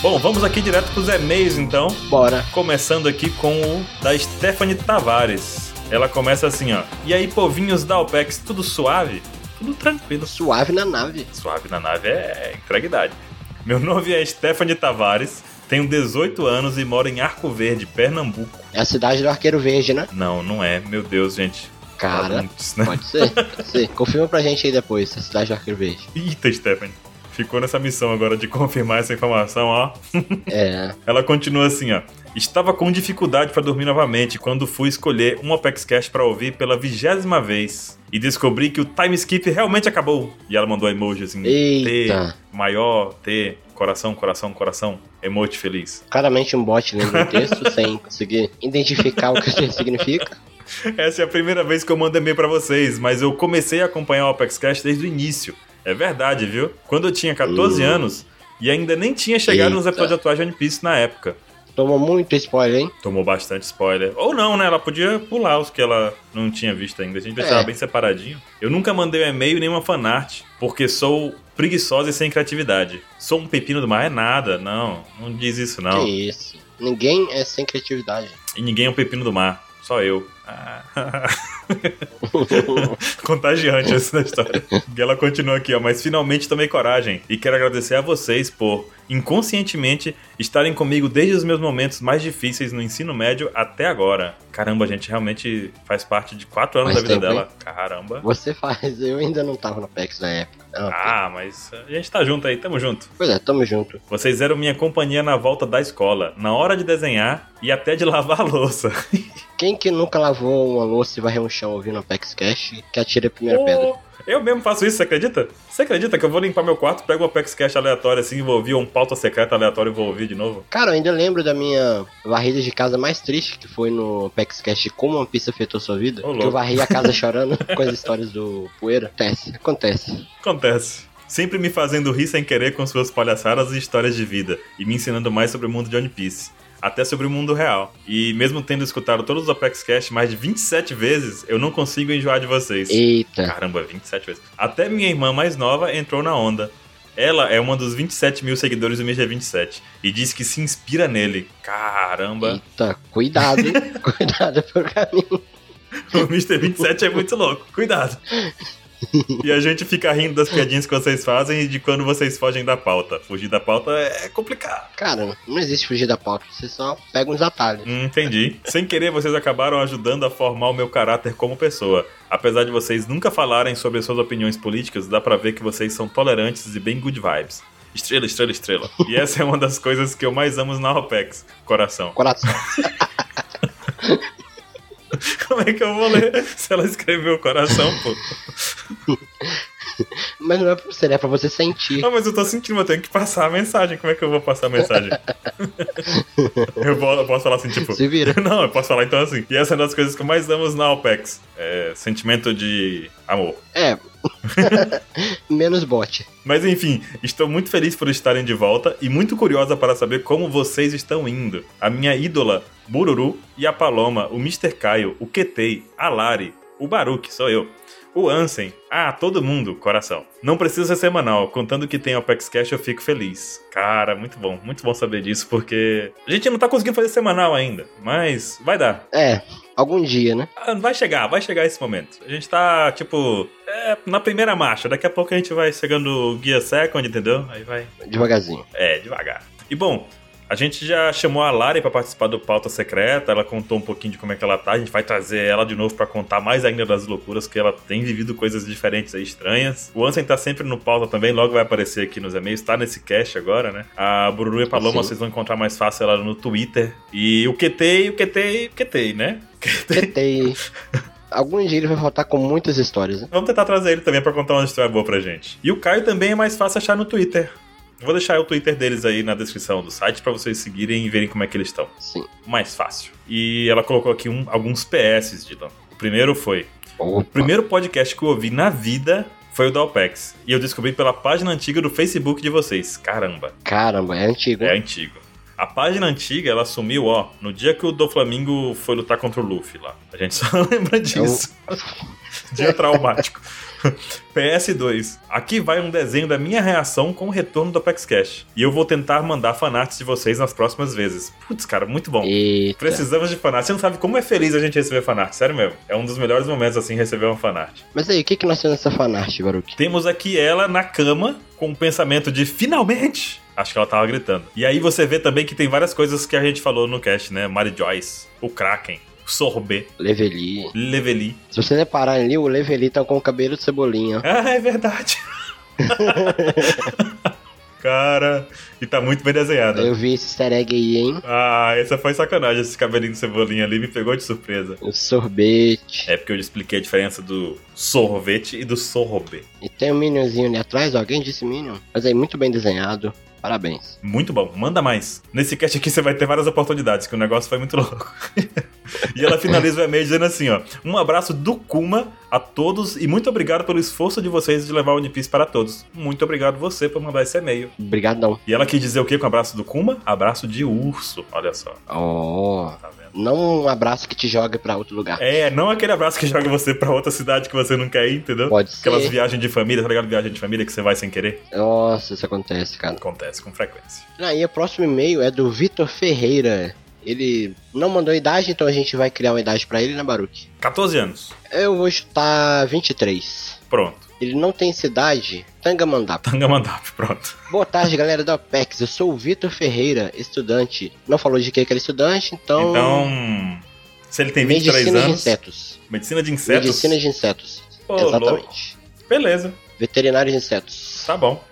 Speaker 4: Bom, vamos aqui direto pros e-mails então.
Speaker 1: Bora.
Speaker 4: Começando aqui com o da Stephanie Tavares. Ela começa assim, ó. E aí, povinhos da OPEX, tudo suave? Tudo tranquilo.
Speaker 1: Suave na nave.
Speaker 4: Suave na nave é integridade. Meu nome é Stephanie Tavares, tenho 18 anos e moro em Arco Verde, Pernambuco.
Speaker 1: É a cidade do Arqueiro Verde, né?
Speaker 4: Não, não é. Meu Deus, gente.
Speaker 1: Cara,
Speaker 4: Antes, né?
Speaker 1: pode ser. Pode ser. Confirma pra gente aí depois, a cidade do Arqueiro Verde.
Speaker 4: Eita, Stephanie. Ficou nessa missão agora de confirmar essa informação, ó.
Speaker 1: É,
Speaker 4: Ela continua assim, ó. Estava com dificuldade para dormir novamente quando fui escolher um Apex Cash para ouvir pela vigésima vez e descobri que o time skip realmente acabou. E ela mandou emoji assim,
Speaker 1: Eita.
Speaker 4: T, maior, T, coração, coração, coração, emoji feliz.
Speaker 1: claramente um bot lendo o texto sem conseguir identificar o que o texto significa.
Speaker 4: Essa é a primeira vez que eu mando e-mail para vocês, mas eu comecei a acompanhar o Apex Cash desde o início. É verdade, viu? Quando eu tinha 14
Speaker 1: Hum.
Speaker 4: anos e ainda nem tinha chegado nos
Speaker 1: Eita.
Speaker 4: episódios atuais de One Piece na época.
Speaker 1: Tomou muito spoiler, hein?
Speaker 4: Tomou bastante spoiler. Ou não, né? Ela podia pular os que ela não tinha visto ainda. A gente deixava
Speaker 1: É.
Speaker 4: bem separadinho. Eu nunca mandei um e-mail nem uma fanart, porque sou preguiçosa e sem criatividade. Sou um pepino do mar, é nada. Não, não diz isso não.
Speaker 1: Que isso. Ninguém é sem criatividade.
Speaker 4: E ninguém é um pepino do mar, só eu. Ah. Contagiante essa história. E ela continua aqui, ó. Mas finalmente tomei coragem e quero agradecer a vocês por, inconscientemente, estarem comigo desde os meus momentos mais difíceis no ensino médio até agora. Caramba, a gente realmente faz parte de quatro anos
Speaker 1: Faz
Speaker 4: da vida
Speaker 1: tempo,
Speaker 4: dela. Caramba.
Speaker 1: Você faz, eu ainda não tava no PEX na época. Ah,
Speaker 4: Ah, mas a gente tá junto aí, tamo junto.
Speaker 1: Pois é, tamo junto.
Speaker 4: Vocês eram minha companhia na volta da escola, na hora de desenhar e até de lavar a louça.
Speaker 1: Quem que nunca lavou uma louça e varreu um chão ouvindo a PEX Cash, que atira a primeira pedra.
Speaker 4: Pô, Oh, Eu mesmo faço isso, você acredita? Você acredita que eu vou limpar meu quarto, pego uma Apex Cash aleatória assim, envolvi um pauta secreta aleatório e vou ouvir de novo?
Speaker 1: Cara, eu ainda lembro da minha varrida de casa mais triste, que foi no PaxCast Como One Piece Afetou Sua Vida.
Speaker 4: Ô,
Speaker 1: que
Speaker 4: louco.
Speaker 1: eu varri a casa chorando com as histórias do Poeira. Acontece, acontece.
Speaker 4: Acontece. Sempre me fazendo rir sem querer com suas palhaçadas e histórias de vida, e me ensinando mais sobre o mundo de One Piece. Até sobre o mundo real. E mesmo tendo escutado todos os Apex Cash mais de 27 vezes, eu não consigo enjoar de vocês.
Speaker 1: Eita.
Speaker 4: Caramba, 27 vezes. Até minha irmã mais nova entrou na onda. Ela é uma dos 27 mil seguidores do MG27 e diz que se inspira nele. Caramba,
Speaker 1: Eita, cuidado, hein? cuidado pelo caminho.
Speaker 4: o Mr. 27 é muito louco, cuidado. E a gente fica rindo das piadinhas que vocês fazem e de quando vocês fogem da pauta. Fugir da pauta é complicado.
Speaker 1: Cara, não existe fugir da pauta, você só pega uns atalhos.
Speaker 4: Hum, entendi. Sem querer, vocês acabaram ajudando a formar o meu caráter como pessoa. Apesar de vocês nunca falarem sobre suas opiniões políticas, dá pra ver que vocês são tolerantes e bem good vibes. Estrela, estrela, estrela. E essa é uma das coisas que eu mais amo na OPEX. Coração.
Speaker 1: Coração.
Speaker 4: Como é que eu vou ler se ela escreveu coração, pô?
Speaker 1: Mas não é pra você, né? É pra você sentir.
Speaker 4: Não, mas eu tô sentindo, eu tenho que passar a mensagem. Como é que eu vou passar a mensagem? Eu vou- eu posso falar assim, tipo,
Speaker 1: Se vira.
Speaker 4: Não, eu posso falar então assim. E essa é uma das coisas que eu mais amo na OPEX. É sentimento de amor.
Speaker 1: É. Menos bote.
Speaker 4: Mas enfim, estou muito feliz por estarem de volta e muito curiosa para saber como vocês estão indo. A minha ídola, Bururu, e a Paloma, o Mr. Caio, o Ketei, a Lari, o Baruque, sou eu. O Ansem, ah, todo mundo, coração. Não precisa ser semanal, contando que tem Apex Cash eu fico feliz. Cara, muito bom, muito bom saber disso, porque a gente não tá conseguindo fazer semanal ainda, mas vai dar.
Speaker 1: É, algum dia, né?
Speaker 4: Ah, Vai chegar, vai chegar esse momento. A gente tá, tipo, é, na primeira marcha. Daqui a pouco a gente vai chegando o Guia Second, entendeu? Aí vai.
Speaker 1: Devagarzinho.
Speaker 4: É, devagar. E bom, a gente já chamou a Lari pra participar do Pauta Secreta. Ela contou um pouquinho de como é que ela tá. A gente vai trazer ela de novo pra contar mais ainda das loucuras, que ela tem vivido coisas diferentes aí, estranhas. O Ansem tá sempre no Pauta também, logo vai aparecer aqui nos e-mails. Tá nesse cast agora, né? A Bururu e a Paloma,
Speaker 1: Sim.
Speaker 4: vocês vão encontrar mais fácil ela no Twitter. E o QT, o QT, o QT, né?
Speaker 1: Tentei. Algum dia ele vai voltar com muitas histórias, né?
Speaker 4: Vamos tentar trazer ele também pra contar uma história boa pra gente. E o Caio também é mais fácil achar no Twitter. Vou deixar o Twitter deles aí na descrição do site pra vocês seguirem e verem como é que eles estão.
Speaker 1: Sim.
Speaker 4: Mais fácil. E ela colocou aqui um- alguns PS, Dylan. O primeiro foi: o
Speaker 1: Opa.
Speaker 4: primeiro podcast que eu ouvi na vida foi o da OPEX. E eu descobri pela página antiga do Facebook de vocês. Caramba,
Speaker 1: Caramba, é antigo.
Speaker 4: é
Speaker 1: hein?
Speaker 4: antigo. A página antiga, ela sumiu, ó, no dia que o do Flamengo foi lutar contra o Luffy lá. A gente só lembra disso. dia traumático. PS2. Aqui vai um desenho da minha reação com o retorno do Apex Cash. E eu vou tentar mandar fanarts de vocês nas próximas vezes. Putz, cara, muito bom.
Speaker 1: Eita.
Speaker 4: Precisamos de fanart. Você não sabe como é feliz a gente receber fanart, sério mesmo. É um dos melhores momentos, assim, receber uma fanart.
Speaker 1: Mas aí, o que, que nós temos nessa fanart, Baruque?
Speaker 4: Temos aqui ela na cama, com o pensamento de finalmente! Acho que ela tava gritando. E aí você vê também que tem várias coisas que a gente falou no cast, né? Mary Joyce, o Kraken, o Sorbet,
Speaker 1: Leveli.
Speaker 4: Leveli.
Speaker 1: Se você reparar ali, o Leveli tá com o cabelo de cebolinha.
Speaker 4: Ah, é verdade. Cara, e tá muito bem desenhada.
Speaker 1: Eu vi esse easter egg aí, hein?
Speaker 4: Ah, essa foi sacanagem. Esse cabelinho de cebolinha ali me pegou de surpresa.
Speaker 1: O sorvete.
Speaker 4: É porque eu expliquei a diferença do sorvete e do sorbet.
Speaker 1: E tem um minionzinho ali atrás, ó. alguém disse minion. Mas aí, muito bem desenhado. Parabéns.
Speaker 4: Muito bom, manda mais. Nesse cast aqui você vai ter várias oportunidades, que o negócio foi muito louco. e ela finaliza o e-mail dizendo assim, ó: "Um abraço do Kuma a todos e muito obrigado pelo esforço de vocês de levar o One Piece para todos. Muito obrigado você por mandar esse e-mail."
Speaker 1: Obrigadão.
Speaker 4: E ela quis dizer o que com abraço do Kuma? Abraço de urso. Olha só,
Speaker 1: Ó.
Speaker 4: tá vendo?
Speaker 1: Não um abraço que te joga pra outro lugar.
Speaker 4: É, não aquele abraço que joga você pra outra cidade que você não quer ir, entendeu?
Speaker 1: Pode ser.
Speaker 4: Aquelas viagens de família, tá ligado? Viagem de família que você vai sem querer.
Speaker 1: Nossa, isso acontece, cara.
Speaker 4: Acontece com frequência.
Speaker 1: Ah, e o próximo e-mail é do Vitor Ferreira. Ele não mandou idade, então a gente vai criar uma idade pra ele, né, Baruque?
Speaker 4: 14 anos.
Speaker 1: Eu vou chutar 23.
Speaker 4: Pronto.
Speaker 1: Ele não tem cidade, Tangamandap.
Speaker 4: Tangamandap, pronto.
Speaker 1: Boa tarde, galera da OPEX. Eu sou o Vitor Ferreira, estudante. Não falou de que que ele é estudante, então.
Speaker 4: Então, se ele tem 23
Speaker 1: medicina de
Speaker 4: anos,
Speaker 1: insetos.
Speaker 4: medicina de insetos.
Speaker 1: Medicina de insetos.
Speaker 4: Ô, louco.
Speaker 1: Exatamente.
Speaker 4: Beleza,
Speaker 1: Veterinário de insetos.
Speaker 4: tá bom.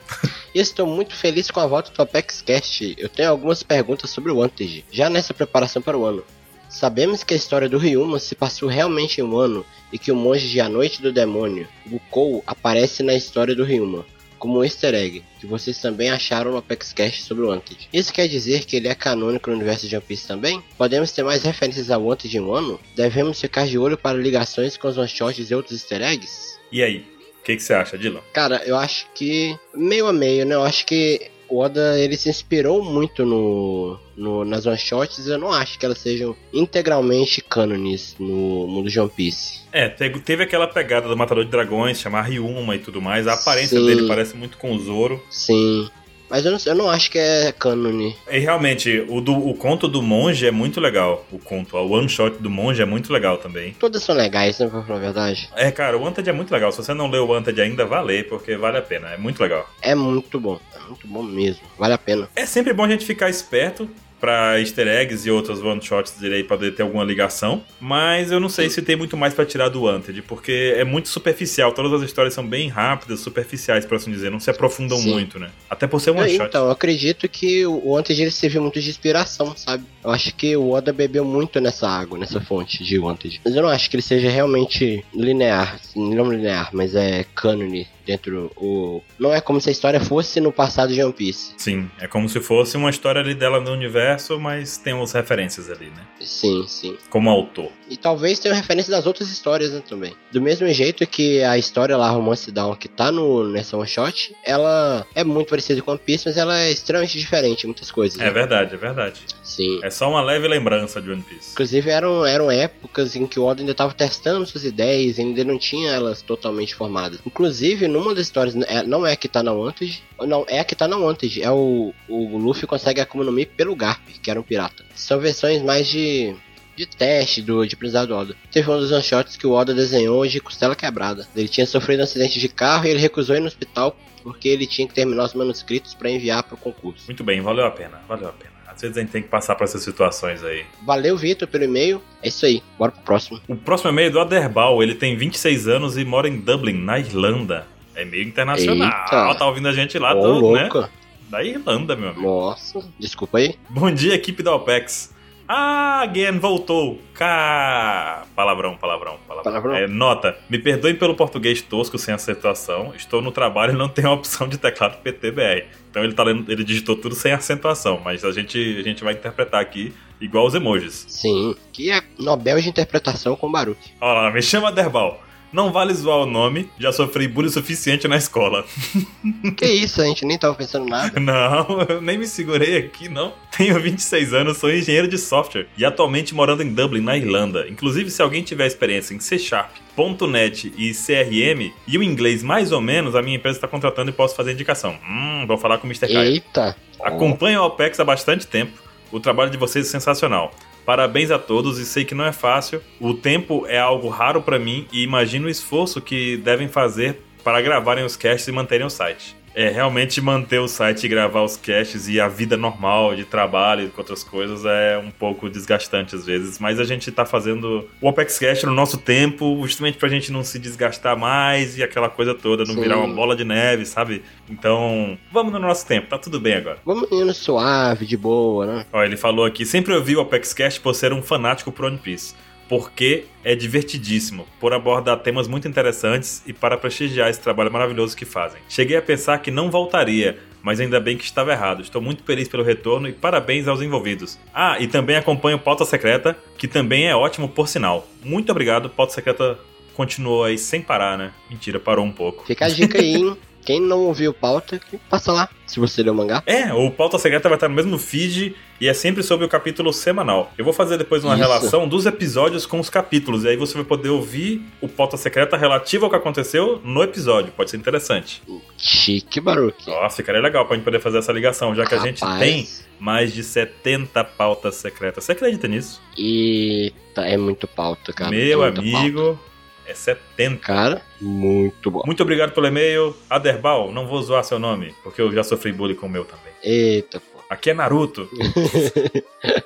Speaker 1: E estou muito feliz com a volta do Apex Cast. Eu tenho algumas perguntas sobre o Wanted, já nessa preparação para o ano. Sabemos que a história do Ryuma se passou realmente em um ano e que o monge de A Noite do Demônio, Gokou, aparece na história do Ryuma, como um easter egg, que vocês também acharam no ApexCast sobre o Wanted. Isso quer dizer que ele é canônico no universo de One Piece também? Podemos ter mais referências ao Wanted em um ano? Devemos ficar de olho para ligações com os one-shots e outros easter eggs?
Speaker 4: E aí? O que, que você acha, Dylan?
Speaker 1: Cara, eu acho que meio a meio, né? Eu acho que o Oda ele se inspirou muito no, no- nas one shots. Eu não acho que elas sejam integralmente cânones no mundo de One Piece.
Speaker 4: É, te- teve aquela pegada do Matador de Dragões, chamar Ryuma e tudo mais. A aparência
Speaker 1: Sim.
Speaker 4: dele parece muito com o Zoro.
Speaker 1: Sim. Mas eu não, eu não acho que é cânone.
Speaker 4: E realmente, o, do- o conto do monge é muito legal. O conto, o one shot do monge é muito legal também.
Speaker 1: Todas são legais, né? Pra falar a verdade.
Speaker 4: É, cara, o Wanted é muito legal. Se você não leu o Wanted ainda, vá ler, porque vale a pena. É muito legal.
Speaker 1: É muito bom. É muito bom mesmo. Vale a pena.
Speaker 4: É sempre bom a gente ficar esperto pra easter eggs e outras one shots dele aí pra poder ter alguma ligação, mas eu não sei se tem muito mais pra tirar do Wanted, porque é muito superficial, todas as histórias são bem rápidas, superficiais, por assim dizer, não se aprofundam
Speaker 1: Sim.
Speaker 4: muito, né? Até por ser one
Speaker 1: Eu-
Speaker 4: shot.
Speaker 1: então, eu acredito que o Wanted ele serviu muito de inspiração, sabe? Eu acho que o Oda bebeu muito nessa água, nessa fonte de Wanted. Mas eu não acho que ele seja realmente linear, assim, não linear, mas é cânone dentro o não é como se a história fosse no passado de One Piece.
Speaker 4: Sim, é como se fosse uma história ali dela no universo, mas tem umas referências ali, né?
Speaker 1: Sim, sim.
Speaker 4: Como autor.
Speaker 1: E talvez tenha referência das outras histórias né, também. Do mesmo jeito que a história lá, Romance Down, que tá no, nessa one shot, ela é muito parecida com One Piece, mas ela é extremamente diferente em muitas coisas.
Speaker 4: É
Speaker 1: né?
Speaker 4: verdade, é verdade.
Speaker 1: Sim.
Speaker 4: É só uma leve lembrança de One Piece.
Speaker 1: Inclusive eram, eram épocas em que o Oda ainda estava testando suas ideias, ainda não tinha elas totalmente formadas. Inclusive, numa das histórias, é- não é a que tá na Wanted, ou não, é a que tá na Wanted, é o, o Luffy consegue a Akuma no Mi pelo Garp, que era um pirata. São versões mais de, de teste do, de aprendizado do Oda. Teve um dos one-shots que o Oda desenhou de costela quebrada. Ele tinha sofrido um acidente de carro e ele recusou ir no hospital porque ele tinha que terminar os manuscritos para enviar para o concurso.
Speaker 4: Muito bem, valeu a pena, valeu a pena. Às vezes a gente tem que passar por essas situações aí.
Speaker 1: Valeu, Vitor, pelo e-mail. É isso aí, bora pro próximo.
Speaker 4: O próximo e-mail é do Aderbal. Ele tem 26 anos e mora em Dublin, na Irlanda. É meio internacional.
Speaker 1: Eita.
Speaker 4: Tá ouvindo a gente lá
Speaker 1: Ô,
Speaker 4: do, né?
Speaker 1: louco.
Speaker 4: Da Irlanda, meu amigo.
Speaker 1: Nossa, desculpa aí.
Speaker 4: Bom dia, equipe da OPEX. Ah, Again voltou. Cá. Palavrão, palavrão, palavrão.
Speaker 1: Palavrão.
Speaker 4: É, nota. Me perdoem pelo português tosco sem acentuação. Estou no trabalho e não tenho a opção de teclado PTBR. Então ele, tá lendo, ele digitou tudo sem acentuação, mas a gente, a gente vai interpretar aqui igual os emojis.
Speaker 1: Sim, que é Nobel de Interpretação com Baruch.
Speaker 4: Olha lá, me chama Derbal. Não vale zoar o nome, já sofri bullying suficiente na escola.
Speaker 1: Que isso, a gente nem tava pensando nada.
Speaker 4: Não, eu nem me segurei aqui, não. Tenho 26 anos, sou engenheiro de software e atualmente morando em Dublin, na Irlanda. Inclusive, se alguém tiver experiência em C Sharp, .NET e CRM e o inglês mais ou menos, a minha empresa está contratando e posso fazer indicação. Hum, vou falar com o Mr. Caio.
Speaker 1: Eita.
Speaker 4: Acompanho a OPEX há bastante tempo. O trabalho de vocês é sensacional. Parabéns a todos e sei que não é fácil. O tempo é algo raro pra mim e imagino o esforço que devem fazer para gravarem os casts e manterem o site. É, realmente manter o site e gravar os casts e a vida normal de trabalho e com outras coisas é um pouco desgastante às vezes, mas a gente tá fazendo o OPEX Cash no nosso tempo, justamente pra gente não se desgastar mais e aquela coisa toda, não
Speaker 1: Sim.
Speaker 4: virar uma bola de neve, sabe? Então, vamos no nosso tempo, tá tudo bem agora.
Speaker 1: Vamos indo suave, de boa, né?
Speaker 4: Ó, ele falou aqui, sempre ouvi o ApexCast por ser um fanático por One Piece, porque é divertidíssimo, por abordar temas muito interessantes e para prestigiar esse trabalho maravilhoso que fazem. Cheguei a pensar que não voltaria, mas ainda bem que estava errado. Estou muito feliz pelo retorno e parabéns aos envolvidos. Ah, e também acompanho o Pauta Secreta, que também é ótimo por sinal. Muito obrigado, Pauta Secreta continuou aí sem parar, né? Mentira, parou um pouco.
Speaker 1: Fica a dica aí, hein? Quem não ouviu pauta, que passa lá, se você leu o mangá.
Speaker 4: É, o Pauta Secreta vai estar no mesmo feed e é sempre sobre o capítulo semanal. Eu vou fazer depois uma
Speaker 1: Isso.
Speaker 4: relação dos episódios com os capítulos, e aí você vai poder ouvir o Pauta Secreta relativo ao que aconteceu no episódio. Pode ser interessante.
Speaker 1: Chique, Baruch.
Speaker 4: Ó, ficaria legal pra gente poder fazer essa ligação, já que a gente tem mais de 70 pautas secretas. Você acredita nisso?
Speaker 1: Eita, é muito pauta, cara.
Speaker 4: Meu
Speaker 1: É muita pauta.
Speaker 4: amigo, é 70.
Speaker 1: Cara, muito bom.
Speaker 4: Muito obrigado pelo e-mail. Aderbal, não vou zoar seu nome, porque eu já sofri bullying com o meu também.
Speaker 1: Eita, pô.
Speaker 4: Aqui é Naruto.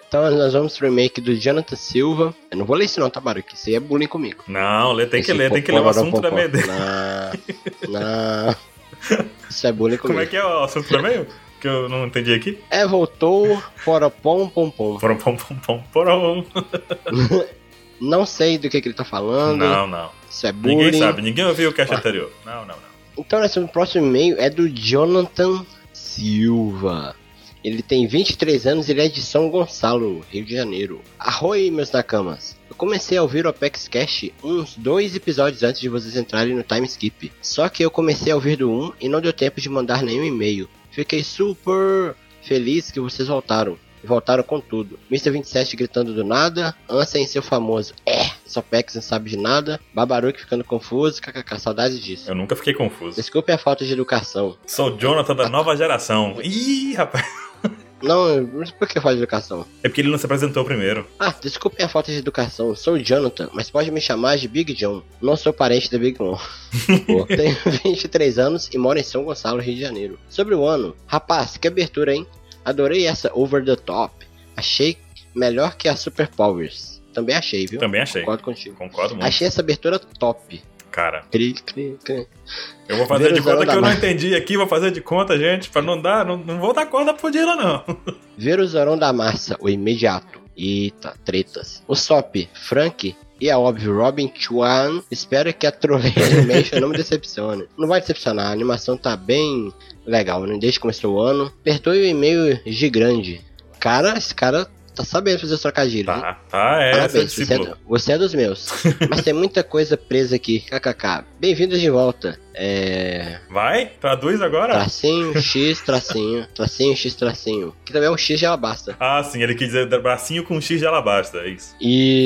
Speaker 1: Então nós vamos pro remake do Jonathan Silva. Eu não vou ler isso não, tá, Baruch? Isso aí é bullying comigo.
Speaker 4: Não, lê- tem que
Speaker 1: Esse
Speaker 4: ler, tem que ler o
Speaker 1: popó,
Speaker 4: assunto é
Speaker 1: popó.
Speaker 4: da MD.
Speaker 1: Não, não. Isso é bullying comigo.
Speaker 4: Como é que é o assunto do e-mail? que eu não entendi aqui?
Speaker 1: É, voltou, fora pom pom pom.
Speaker 4: Porom, pom, pom, pom, porom.
Speaker 1: Não sei do que, que ele tá falando.
Speaker 4: Não, não.
Speaker 1: Isso é bullying.
Speaker 4: Ninguém sabe, ninguém ouviu o
Speaker 1: Ah.
Speaker 4: cast anterior. Não, não, não.
Speaker 1: Então, esse próximo e-mail é do Jonathan Silva. Ele tem 23 anos e ele é de São Gonçalo, Rio de Janeiro. Arroi, meus nakamas. Eu comecei a ouvir o Apex Cash uns dois episódios antes de vocês entrarem no time skip. Só que eu comecei a ouvir do 1 e não deu tempo de mandar nenhum e-mail. Fiquei super feliz que vocês voltaram. E voltaram com tudo. Mr. 27 gritando do nada, Ansem seu famoso é, só Pex não sabe de nada, Babaruque ficando confuso, kkk, saudades disso.
Speaker 4: Eu nunca fiquei confuso.
Speaker 1: Desculpe a falta de educação.
Speaker 4: Sou o Jonathan da nova geração. Ih, rapaz.
Speaker 1: Não, mas por que falta de educação?
Speaker 4: É porque ele não se apresentou primeiro.
Speaker 1: Ah, desculpem a falta de educação, eu sou o Jonathan, mas pode me chamar de Big John. Não sou parente da Big Mom. Pô, Tenho 23 anos e moro em São Gonçalo, Rio de Janeiro. Sobre o ano, rapaz, que abertura, hein? Adorei essa over the top. Achei melhor que a Super Powers. Também achei, viu?
Speaker 4: Também achei.
Speaker 1: Concordo contigo.
Speaker 4: Concordo muito.
Speaker 1: Achei essa abertura top.
Speaker 4: Cara,
Speaker 1: Cri, cri, cri.
Speaker 4: eu vou fazer de
Speaker 1: Venezuela
Speaker 4: conta que
Speaker 1: dá
Speaker 4: eu não
Speaker 1: mais.
Speaker 4: entendi aqui, vou fazer de conta, gente, pra não dar, não, não vou dar corda pro Dila, não.
Speaker 1: Ver o Zorão da Massa, o imediato. Eita, tretas. O Sop, Frank e a óbvio Robin Chuan. Espero que a Trolley Animation não me decepcione. Não vai decepcionar, a animação tá bem legal, né? Desde que começou o ano. Perdoe o e-mail gigante. Cara, esse cara tá sabendo fazer os trocadilhos. hein?
Speaker 4: Tá, tá, é, seu
Speaker 1: Parabéns, você é,
Speaker 4: discípulo.
Speaker 1: do- você é dos meus. Mas tem muita coisa presa aqui. KKK. Bem-vindos de volta. É.
Speaker 4: Vai, traduz
Speaker 1: Tá.
Speaker 4: agora.
Speaker 1: Tracinho, X, tracinho. Tracinho, X, tracinho. Que também é um X já basta.
Speaker 4: Ah, sim, ele quis dizer bracinho com X de alabasta, é isso.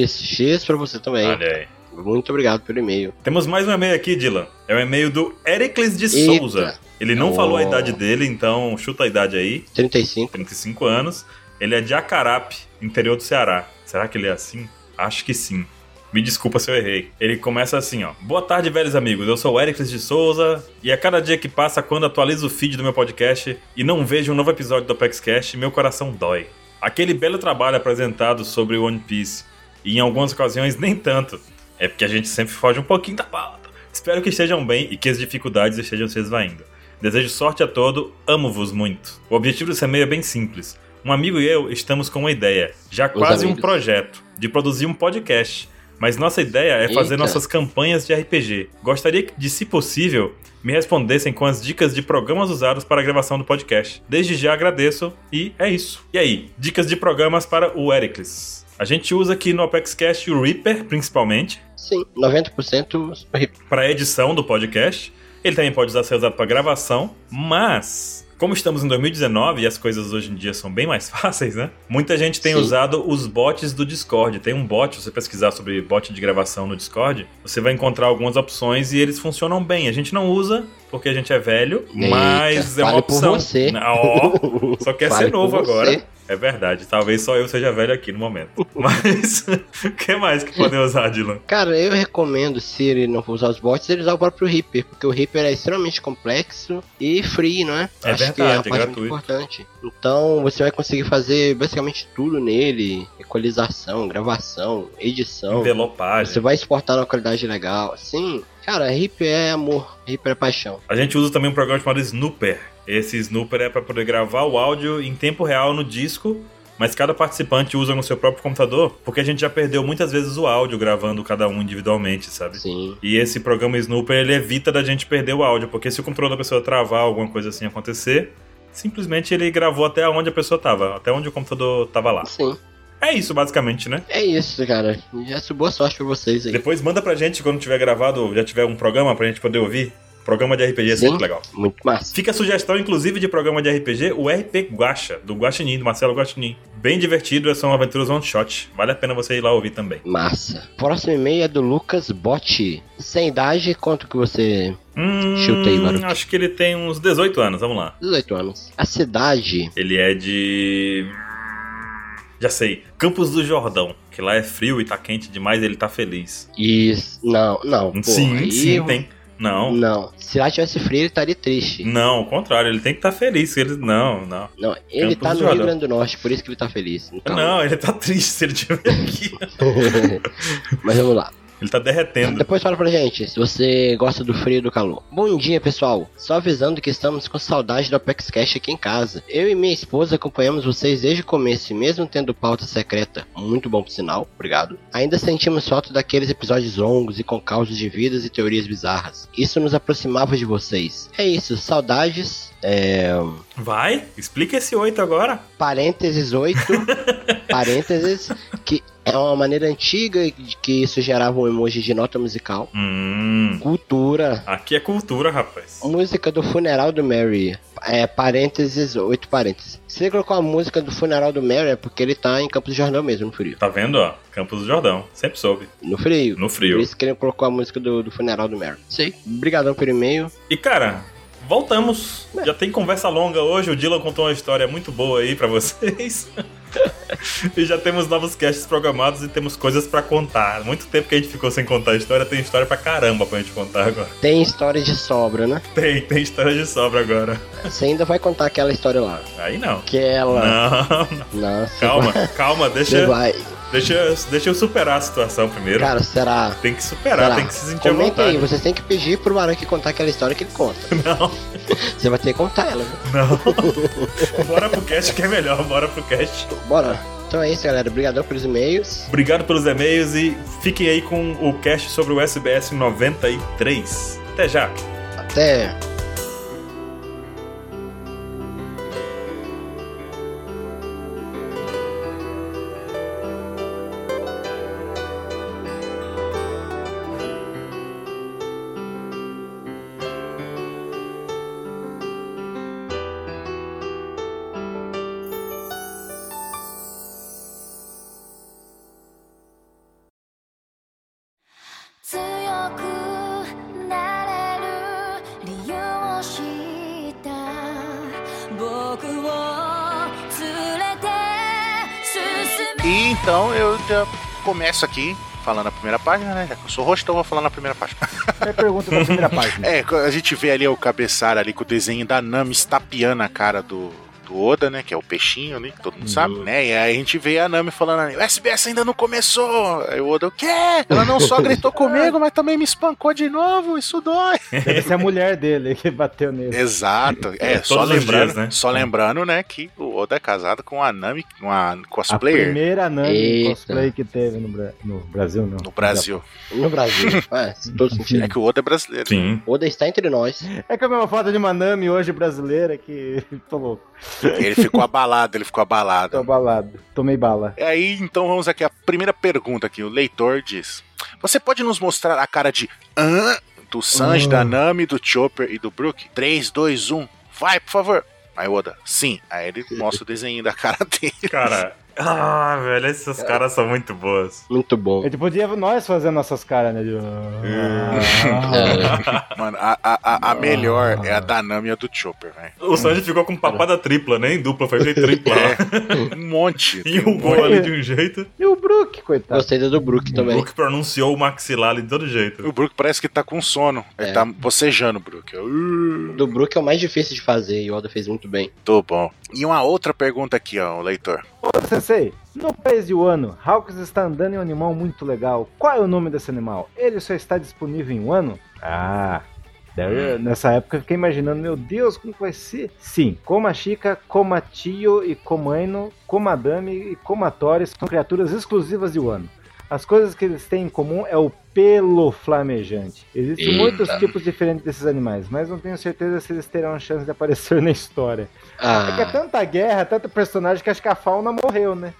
Speaker 1: Isso, X pra você também.
Speaker 4: Olha aí.
Speaker 1: Muito obrigado pelo e-mail.
Speaker 4: Temos mais um e-mail aqui, Dylan. É um e-mail do Ericles de
Speaker 1: Eita.
Speaker 4: Souza. Ele não
Speaker 1: Oh.
Speaker 4: falou a idade dele, então chuta a idade aí.
Speaker 1: 35.
Speaker 4: 35 anos. Ele é de Acarape, interior do Ceará. Será que ele é assim? Acho que sim. Me desculpa se eu errei. Ele começa assim, ó. Boa tarde, velhos amigos. Eu sou o Ericles de Souza e a cada dia que passa, quando atualizo o feed do meu podcast e não vejo um novo episódio do Apex Cash, meu coração dói. Aquele belo trabalho apresentado sobre One Piece e em algumas ocasiões nem tanto. É porque a gente sempre foge um pouquinho da pauta. Espero que estejam bem e que as dificuldades estejam se esvaindo. Desejo sorte a todo, amo-vos muito. O objetivo desse e-mail é bem simples. Um amigo e eu estamos com uma ideia, já quase um
Speaker 1: amigos.
Speaker 4: projeto, de produzir um podcast. Mas nossa ideia é fazer
Speaker 1: Eita.
Speaker 4: nossas campanhas de RPG. Gostaria de, se possível, me respondessem com as dicas de programas usados para a gravação do podcast. Desde já agradeço e é isso. E aí, dicas de programas para o Ericles. A gente usa aqui no ApexCast o Reaper, principalmente,
Speaker 1: Sim, 90% horrível.
Speaker 4: para edição do podcast. Ele também pode usar ser usado para gravação, mas como estamos em 2019 e as coisas hoje em dia são bem mais fáceis, né? Muita gente tem
Speaker 1: Sim.
Speaker 4: usado os bots do Discord. Tem um bot, se você pesquisar sobre bot de gravação no Discord, você vai encontrar algumas opções e eles funcionam bem. A gente não usa porque a gente é velho,
Speaker 1: Eita,
Speaker 4: mas é uma
Speaker 1: fale por
Speaker 4: opção.
Speaker 1: você.
Speaker 4: Ah, ó, só quer
Speaker 1: Fale
Speaker 4: ser novo
Speaker 1: por você.
Speaker 4: agora. É verdade, talvez só eu seja velho aqui no momento. Mas o que mais que podem usar, Dylan?
Speaker 1: Cara, eu recomendo, se ele não for usar os bots, ele usar o próprio Reaper, porque o Reaper é extremamente complexo e free, não é?
Speaker 4: É
Speaker 1: que é
Speaker 4: verdade,
Speaker 1: a
Speaker 4: é
Speaker 1: parte
Speaker 4: gratuito.
Speaker 1: muito importante. Então você vai conseguir fazer basicamente tudo nele: equalização, gravação, edição. Então, Você
Speaker 4: Envelopagem.
Speaker 1: vai exportar numa qualidade legal. Sim, cara, Reaper é amor, Reaper é paixão.
Speaker 4: A gente usa também um programa chamado Snooper. Esse Snooper é para poder gravar o áudio em tempo real no disco, mas cada participante usa no seu próprio computador, porque a gente já perdeu muitas vezes o áudio gravando cada um individualmente, sabe?
Speaker 1: Sim.
Speaker 4: E esse programa Snooper, ele evita da gente perder o áudio, porque se o controle da pessoa travar, alguma coisa assim acontecer, simplesmente ele gravou até onde a pessoa tava, até onde o computador tava lá.
Speaker 1: Sim.
Speaker 4: É isso, basicamente, né?
Speaker 1: É isso, cara. Já boa sorte pra vocês aí.
Speaker 4: Depois manda pra gente quando tiver gravado, já tiver um programa pra gente poder ouvir. Programa de RPG é
Speaker 1: Sim.
Speaker 4: sempre legal.
Speaker 1: Muito massa.
Speaker 4: Fica a sugestão, inclusive, de programa de RPG, o RP Guacha, do Guaxinim, do Marcelo Guaxinim. Bem divertido, são aventuras one-shot. Vale a pena você ir lá ouvir também.
Speaker 1: Massa. Próximo e-mail é do Lucas Botti. Sem idade, quanto que você.
Speaker 4: Hum,
Speaker 1: Chutei, Baruch.
Speaker 4: acho que ele tem uns 18 anos, vamos lá.
Speaker 1: 18 anos. A cidade.
Speaker 4: Ele é de... Já sei, Campos do Jordão, que lá é frio e tá quente demais ele tá feliz.
Speaker 1: E. Não, não. Pô,
Speaker 4: sim,
Speaker 1: aí- é um
Speaker 4: sim, tem. Não, Hum,
Speaker 1: Não. Se lá tivesse frio, ele estaria triste.
Speaker 4: não, ao contrário, ele tem que tá feliz. Ele... Não, não.
Speaker 1: Não, ele
Speaker 4: Campos
Speaker 1: tá no
Speaker 4: do
Speaker 1: Rio
Speaker 4: Jordão.
Speaker 1: Grande do Norte, por isso que ele tá feliz. Então...
Speaker 4: Não, ele tá triste se ele tiver aqui.
Speaker 1: Mas vamos lá.
Speaker 4: Ele tá derretendo.
Speaker 1: Depois fala pra gente se você gosta do frio e do calor. Bom dia, pessoal. Só avisando que estamos com saudade do Apex Cash aqui em casa. Eu e minha esposa acompanhamos vocês desde o começo e mesmo tendo pauta secreta, muito bom por sinal, obrigado. Ainda sentimos falta daqueles episódios longos e com causos de vidas e teorias bizarras. Isso nos aproximava de vocês. É isso, saudades. É...
Speaker 4: Vai, explica esse 8 agora.
Speaker 1: Parênteses 8. parênteses. Que é uma maneira antiga de que isso gerava um emoji de nota musical.
Speaker 4: Hum.
Speaker 1: Cultura.
Speaker 4: Aqui é cultura, rapaz.
Speaker 1: Música do funeral do Mary. É, parênteses, oito parênteses. Se ele colocou a música do funeral do Mary, é porque ele tá em Campos do Jordão mesmo, no frio.
Speaker 4: Tá vendo, ó? Campos do Jordão. Sempre soube.
Speaker 1: No frio.
Speaker 4: No
Speaker 1: Por
Speaker 4: frio.
Speaker 1: isso que ele colocou a música do, do funeral do Mary. Sei. Obrigadão pelo e-mail.
Speaker 4: E, cara, voltamos.
Speaker 1: É.
Speaker 4: Já tem conversa longa hoje. O Dylan contou uma história muito boa aí pra vocês. e já temos novos casts programados e temos coisas pra contar. Muito tempo que a gente ficou sem contar história. Tem história pra caramba pra gente contar agora.
Speaker 1: Tem história de sobra, né?
Speaker 4: Tem, tem história de sobra agora.
Speaker 1: Você ainda vai contar aquela história lá.
Speaker 4: Aí não.
Speaker 1: Que ela.
Speaker 4: Não, não.
Speaker 1: Nossa.
Speaker 4: calma, calma.
Speaker 1: Você
Speaker 4: Deixa,
Speaker 1: vai.
Speaker 4: deixa, deixa eu superar a situação primeiro.
Speaker 1: Cara, será?
Speaker 4: tem que superar,
Speaker 1: será?
Speaker 4: tem que se sentir à
Speaker 1: Comenta aí,
Speaker 4: vontade.
Speaker 1: vocês têm que pedir pro Maranque contar aquela história que ele conta.
Speaker 4: Não.
Speaker 1: Você vai ter que contar ela, viu?
Speaker 4: Não. bora pro cast que é melhor, bora pro cast.
Speaker 1: Bora. Então é isso, galera. Obrigadão pelos e-mails.
Speaker 4: Obrigado pelos e-mails e fiquem aí com o cast sobre o SBS 93. Até já.
Speaker 1: Até.
Speaker 6: 強くなれる理由を知った僕を連れて進め
Speaker 2: E então eu já começo aqui falando a primeira página, né? Já que eu sou roxo, então eu vou falar na primeira página.
Speaker 3: É pergunta da primeira página.
Speaker 2: É, a gente vê ali o cabeçalho ali com o desenho da Nami estapeando a cara do, do Oda, né? Que é o peixinho ali, que todo mundo sabe,
Speaker 4: Uhum.
Speaker 2: né? E aí a gente vê a Nami falando ali, o SBS ainda não começou! Aí o Oda, o quê? Ela não só gritou comigo, mas também me espancou de novo, isso dói!
Speaker 3: Essa é a mulher dele que bateu nele.
Speaker 2: Exato, é,
Speaker 4: É,
Speaker 2: só
Speaker 4: todos os
Speaker 2: lembrando,
Speaker 4: dias, né?
Speaker 2: só lembrando, né, que o Oda é casado com a Nami, com a
Speaker 3: A
Speaker 2: cosplayer
Speaker 3: primeira Nami
Speaker 1: Eita.
Speaker 3: cosplay que teve no, Bra- no Brasil, não.
Speaker 2: no Brasil.
Speaker 1: No Brasil. é, todo sentido.
Speaker 2: É que o Oda é brasileiro.
Speaker 4: Sim.
Speaker 1: Oda está entre nós.
Speaker 3: É que eu vi uma foto de uma Nami hoje brasileira que tô louco,
Speaker 2: Ele ficou abalado, ele ficou abalado.
Speaker 3: tô abalado, tomei bala.
Speaker 2: E Aí então vamos aqui a primeira pergunta que o leitor diz. Você pode nos mostrar a cara de Hã? do Sanji,
Speaker 3: Ah.
Speaker 4: Hum.
Speaker 2: da Nami, do Chopper e do Brook? 3, 2, 1, vai, por favor. Aí o Oda, sim. Aí ele mostra o desenho da cara dele.
Speaker 4: Cara. Ah, velho, esses caras são muito boas.
Speaker 1: Muito bom.
Speaker 3: A gente podia nós fazer nossas caras, né? de- Ah.
Speaker 1: É,
Speaker 2: Mano, a, a- a- a melhor é a da Nami e a do Chopper, velho.
Speaker 4: O Sanji ficou com papada tripla, nem dupla, foi feito tripla.
Speaker 2: Um monte. tem
Speaker 4: E o
Speaker 2: um monte.
Speaker 4: gol ali de um jeito.
Speaker 3: E o Brook, coitado.
Speaker 1: gostei da do Brook também.
Speaker 4: O que pronunciou o maxilar ali de todo jeito.
Speaker 2: O Brook parece que tá com sono. Ele
Speaker 1: É.
Speaker 2: tá bocejando, Brook. Uh.
Speaker 1: Do Brook é o mais difícil de fazer e o Oda fez muito bem.
Speaker 2: Tô bom. E uma outra pergunta aqui, ó, o leitor.
Speaker 3: Ô, Sensei, no país de Wano, Hawks está andando em um animal muito legal. Qual é o nome desse animal? Ele só está disponível em Wano? Ah, daí, nessa época eu fiquei imaginando, meu Deus, como que vai ser? Sim, como a Chica, como a Tio e como a Eno, como a Dami e como a Tori são criaturas exclusivas de Wano. As coisas que eles têm em comum é o pelo flamejante. Existem
Speaker 1: Eita.
Speaker 3: muitos tipos diferentes desses animais, mas não tenho certeza se eles terão a chance de aparecer na história. É que é
Speaker 1: Ah,
Speaker 3: tanta guerra, tanto personagem que acho que a fauna morreu, né?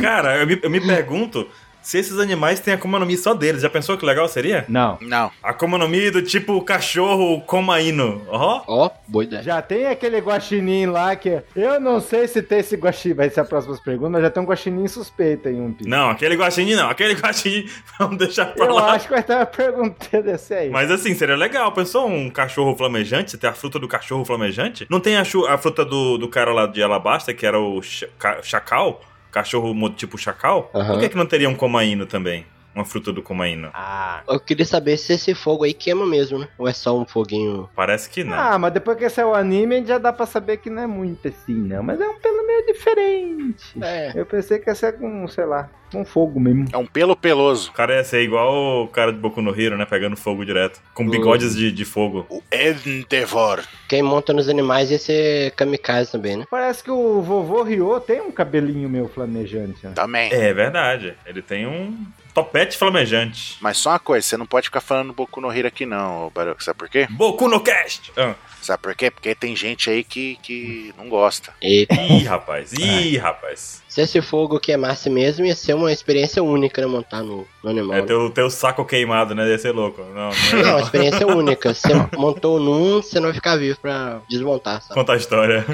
Speaker 4: Cara, eu me, eu me pergunto se esses animais têm a Akuma no Mi só deles. Já pensou que legal seria?
Speaker 3: Não.
Speaker 2: Não.
Speaker 4: A Akuma no Mi do tipo cachorro comaíno. Ó.
Speaker 1: ó, boa ideia.
Speaker 3: Já tem aquele guaxinim lá que é- eu não sei se tem esse guaxinim, vai ser a próxima pergunta, mas já tem um guaxinim suspeito em um piso.
Speaker 4: Não, aquele guaxinim não. Aquele guaxinim, vamos deixar pra
Speaker 3: Eu
Speaker 4: lá.
Speaker 3: acho que vai estar perguntando esse aí.
Speaker 4: Mas assim, seria legal. Pensou um cachorro flamejante? Você tem a fruta do cachorro flamejante? Não tem a, chu- a fruta do, do cara lá de Alabasta, que era o cha- ca- chacal? Cachorro mo- tipo chacal?
Speaker 1: Aham.
Speaker 4: Por que, que não teria um comaíno também? Uma fruta do comaíno?
Speaker 3: Ah.
Speaker 1: Eu queria saber se esse fogo aí queima mesmo, né? Ou é só um foguinho.
Speaker 4: Parece que não.
Speaker 3: Ah, mas depois que esse é o anime, a gente já dá pra saber que não é muito assim, não. Mas é um pelo menos é diferente.
Speaker 1: É.
Speaker 3: Eu pensei que ia ser com, sei lá, com fogo mesmo.
Speaker 2: É um pelo peloso.
Speaker 4: O cara ia ser igual o cara de Boku no Hero, né? Pegando fogo direto. Com bigodes de, de fogo.
Speaker 2: O Endeavor.
Speaker 1: Quem monta nos animais ia ser kamikaze também, né?
Speaker 3: Parece que o vovô Rio tem um cabelinho meio flamejante, né?
Speaker 2: Também.
Speaker 4: É verdade. Ele tem um topete flamejante.
Speaker 2: Mas só uma coisa, você não pode ficar falando Boku no Hero aqui não, ô Baruch. Sabe por quê?
Speaker 4: Boku no Cast! Ah.
Speaker 2: Sabe por quê? Porque tem gente aí que, que não gosta.
Speaker 1: E
Speaker 4: Ih, rapaz. Ih, rapaz.
Speaker 1: se esse fogo queimasse mesmo, ia ser uma experiência única, né? Montar no, no animal.
Speaker 4: É um-
Speaker 1: né?
Speaker 4: teu, teu saco queimado, né? Ia ser louco. Não, não
Speaker 1: Não,
Speaker 4: ia
Speaker 1: uma experiência única. Você montou num, você não vai ficar vivo pra desmontar, sabe?
Speaker 4: contar a história.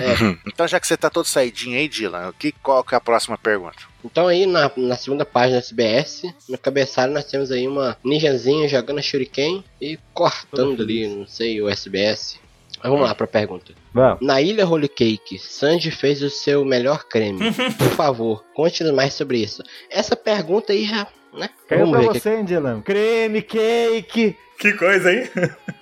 Speaker 2: Então já que você tá todo saidinho aí, Dylan, o que, qual que é a próxima pergunta?
Speaker 1: Então aí na, na segunda página da SBS, no cabeçalho nós temos aí uma ninjazinha jogando a shuriken e cortando ali, não sei, o SBS. Mas vamos lá pra pergunta.
Speaker 3: Vamos.
Speaker 1: Na ilha Holy Cake, Sanji fez o seu melhor creme. Por favor, conte-nos mais sobre isso. Essa pergunta aí já, né?
Speaker 3: Caiu
Speaker 1: Vamos
Speaker 3: pra
Speaker 1: ver, o que-
Speaker 3: você, hein, Dylan? Creme, cake.
Speaker 4: Que coisa, hein?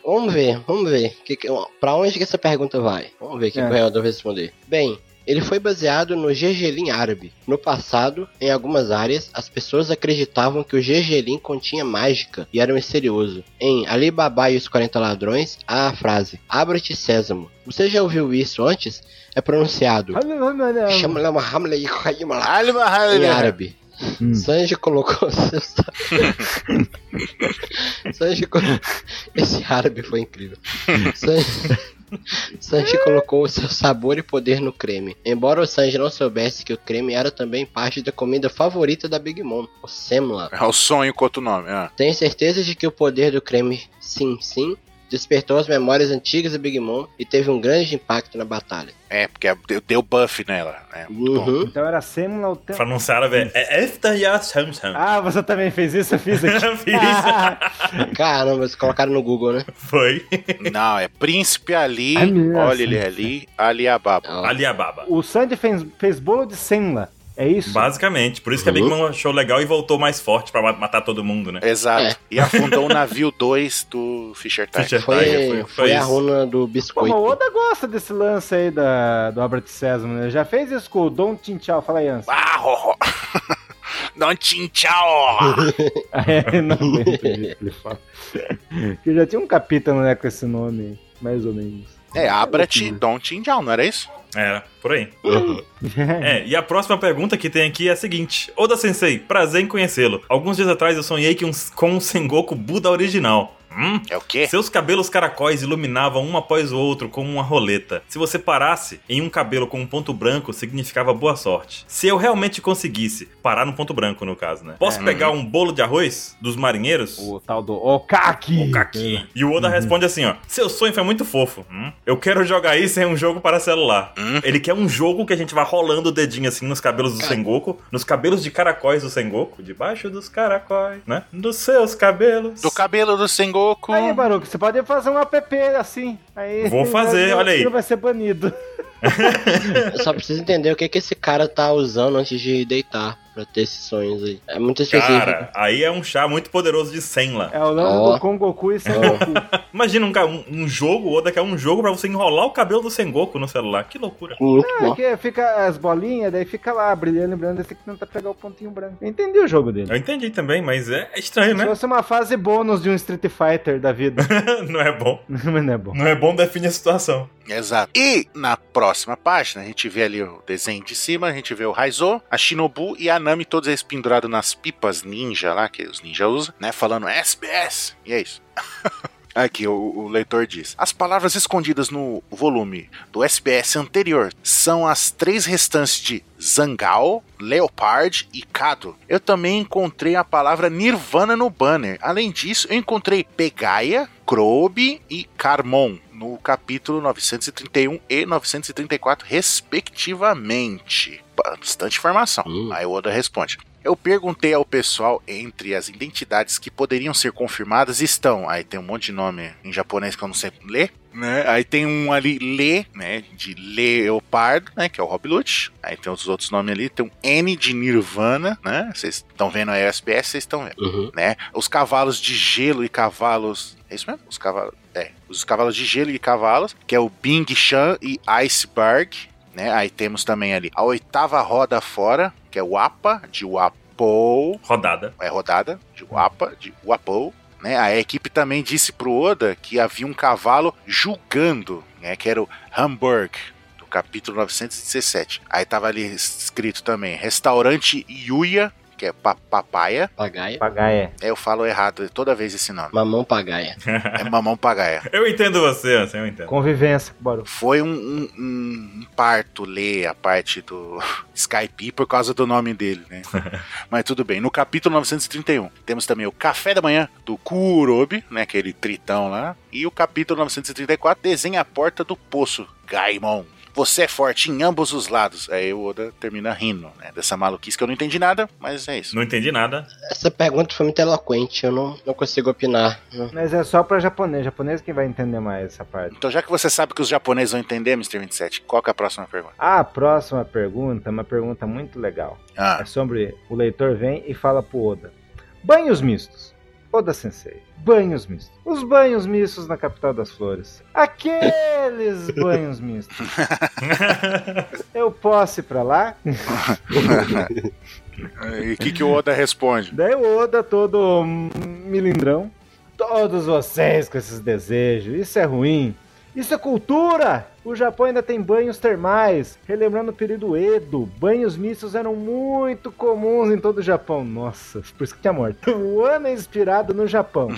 Speaker 1: Vamos ver, vamos ver. Que, que- pra onde que essa pergunta vai? Vamos ver o que,
Speaker 3: É.
Speaker 1: que o Helder vai responder. Bem, ele foi baseado no gergelim árabe. No passado, em algumas áreas, as pessoas acreditavam que o gergelim continha mágica e era um misterioso. Em Ali Baba e os 40 Ladrões, há a frase: Abra-te sésamo. Você já ouviu isso antes? É pronunciado. Chama lá uma hamla e caíma lá. Em
Speaker 2: É.
Speaker 1: árabe.
Speaker 3: Hum.
Speaker 1: Sanji colocou seu sa- Sanji co- Esse árabe foi incrível. Sanji... Sanji colocou o seu sabor e poder no creme. Embora o Sanji não soubesse que o creme era também parte da comida favorita da Big Mom, o Semla.
Speaker 2: É o sonho quanto o nome. Ah.
Speaker 1: Tenho certeza de que o poder do creme Sim Sim despertou as memórias antigas da Big Mom e teve um grande impacto na batalha.
Speaker 2: É, porque é- deu, deu buff nela. Né? Muito bom.
Speaker 1: Uhum.
Speaker 3: Então era sêmula o tempo.
Speaker 4: Pronunciaram, velho. É Eftaya Samsam.
Speaker 3: Ah, você também fez isso? Eu fiz aqui.
Speaker 4: Eu fiz.
Speaker 3: Ah,
Speaker 1: Caramba, eles colocaram no Google, né?
Speaker 4: Foi.
Speaker 2: Não, é Príncipe Ali,
Speaker 3: Ai, meu
Speaker 2: olha ele
Speaker 3: Deus.
Speaker 2: ali, Ali Ababa.
Speaker 1: Ó,
Speaker 4: Aliababa.
Speaker 3: o Sandy fez, fez bolo de sêmula. É isso?
Speaker 4: Basicamente. Por isso que a Big Mom achou legal e voltou mais forte pra ma- matar todo mundo, né?
Speaker 2: Exato. E afundou o navio 2 do Fisher Tiger.
Speaker 4: Fisher
Speaker 1: Foi,
Speaker 4: Tiger,
Speaker 1: foi, a
Speaker 4: isso.
Speaker 1: runa do
Speaker 3: Pô, mas
Speaker 1: biscoito.
Speaker 3: o Oda gosta desse lance aí da, do Albert Sesamo, né? Já fez isso com o Don Tinchal, fala aí, Anson.
Speaker 2: Ah, ho, ho. Não tchau.
Speaker 3: É, não lembro disso, ele fala. Que já tinha um capítulo, né, com esse nome, mais ou menos.
Speaker 2: É, abra-te, Don Tinjal, não era isso?
Speaker 4: Era, É, por aí. É, e a próxima pergunta que tem aqui é a seguinte: Oda Sensei, prazer em conhecê-lo. Alguns dias atrás eu sonhei que um- com um Sengoku Buda original. Hum?
Speaker 2: É o quê?
Speaker 4: Seus cabelos caracóis iluminavam um após o outro como uma roleta. Se você parasse em um cabelo com um ponto branco, significava boa sorte. Se eu realmente conseguisse parar no ponto branco, no caso, né? Posso
Speaker 2: É.
Speaker 4: pegar um bolo de arroz dos marinheiros?
Speaker 3: O tal do Okaki.
Speaker 4: Kaki. E o Oda
Speaker 2: Uhum.
Speaker 4: responde assim, ó. Seu sonho foi muito fofo. Hum? Eu quero jogar isso em um jogo para celular.
Speaker 2: Hum. É.
Speaker 4: Ele quer um jogo que a gente vá rolando o dedinho assim nos cabelos do Sengoku, nos cabelos de caracóis do Sengoku, debaixo dos caracóis, né? Dos seus cabelos.
Speaker 2: Do cabelo do Sengoku.
Speaker 3: Aí, Baruco, você pode fazer um app assim. Aí,
Speaker 4: Vou fazer,
Speaker 3: Brasil,
Speaker 4: olha aí.
Speaker 3: Não vai ser banido.
Speaker 1: Eu só preciso entender o que, que esse cara tá usando antes de deitar pra ter esses sonhos aí. É muito específico.
Speaker 4: Cara, aí é um chá muito poderoso de Senla.
Speaker 3: É o lance
Speaker 1: Ó.
Speaker 3: do Kongoku e
Speaker 1: Ó.
Speaker 3: Sengoku.
Speaker 4: Imagina um, ca- um- um jogo, o Oda quer um jogo pra você enrolar o cabelo do Sengoku no celular. Que loucura.
Speaker 1: Muito bom.
Speaker 3: Porque É, fica as bolinhas, daí fica lá brilhando, brilhando, você tem que tentar tá pegar o pontinho branco. Eu entendi o jogo dele.
Speaker 4: Eu entendi também, mas é estranho,
Speaker 3: Se
Speaker 4: né?
Speaker 3: fosse uma fase bônus de um Street Fighter da vida.
Speaker 4: não é bom.
Speaker 3: Mas não é bom.
Speaker 4: Não é bom definir a situação.
Speaker 2: Exato. E na próxima página, a gente vê ali o desenho de cima, a gente vê o Raizo, a Shinobu e a Nami, todos eles pendurados nas pipas ninja lá, que os ninja usam, né? Falando SBS. E é isso. Aqui o, o leitor diz: As palavras escondidas no volume do SBS anterior são as três restantes de Zangal, Leopard e Kado. Eu também encontrei a palavra Nirvana no banner. Além disso, eu encontrei Pegaia, Krobe e Carmon no capítulo 931 e 934, respectivamente. Bastante informação.
Speaker 1: Hum.
Speaker 2: Aí o Oda responde. Eu perguntei ao pessoal entre as identidades que poderiam ser confirmadas estão. Aí tem um monte de nome em japonês que eu não sei ler, né? Aí tem um ali Le, né? De Leopardo, né? Que é o Rob Lute. Aí tem os outros nomes ali. Tem um N de Nirvana, né? Vocês estão vendo aí o SPS, vocês estão vendo
Speaker 1: Uhum.
Speaker 2: né? Os cavalos de gelo e cavalos. É isso mesmo? Os cavalos. É. Os cavalos de gelo e cavalos, que é o Bing Chan e Iceberg. né? Aí temos também ali a oitava roda fora, que é o APA, de Wapou,
Speaker 4: Rodada.
Speaker 2: é rodada, de Wapa, de Wapou. Né? A equipe também disse pro Oda que havia um cavalo julgando, né? que era o Hamburg, do capítulo 917. Aí tava ali escrito também, restaurante Yuya, que é pa- papaya.
Speaker 1: Pagaia.
Speaker 3: Pagaia.
Speaker 2: Eu falo errado toda vez esse nome.
Speaker 1: Mamão pagaia.
Speaker 2: É mamão pagaia.
Speaker 4: Eu entendo você, assim, eu entendo.
Speaker 3: Convivência com o Baru.
Speaker 2: Foi um, um- um parto ler a parte do Skype por causa do nome dele, né? Mas tudo bem. No capítulo 931, temos também o café da manhã do Kurobi, né? Aquele tritão lá. E o capítulo 934, desenha a porta do poço, Gaimon. Você é forte em ambos os lados. Aí o Oda termina rindo, né? Dessa maluquice que eu não entendi nada, mas é isso.
Speaker 4: Não entendi nada.
Speaker 1: Essa pergunta foi muito eloquente, eu não, não consigo opinar. Não.
Speaker 3: Mas é só pra japonês. Japonês quem vai entender mais essa parte.
Speaker 2: Então, já que você sabe que os japoneses vão entender, Mr. 27, qual que é a próxima pergunta?
Speaker 3: A Ah, próxima pergunta é uma pergunta muito legal.
Speaker 2: Ah,
Speaker 3: É sobre o leitor vem e fala pro Oda. Banhos mistos. Oda Sensei. Banhos mistos. Os banhos mistos na capital das flores. Aqueles banhos mistos. Eu posso ir pra lá?
Speaker 2: e o que, que o Oda responde?
Speaker 3: Daí o Oda todo hum, milindrão. Todos vocês com esses desejos, isso é ruim. Isso é cultura! O Japão ainda tem banhos termais. Relembrando o período Edo, banhos mistos eram muito comuns em todo o Japão. Nossa, por isso que tinha morto. O ano é inspirado no Japão.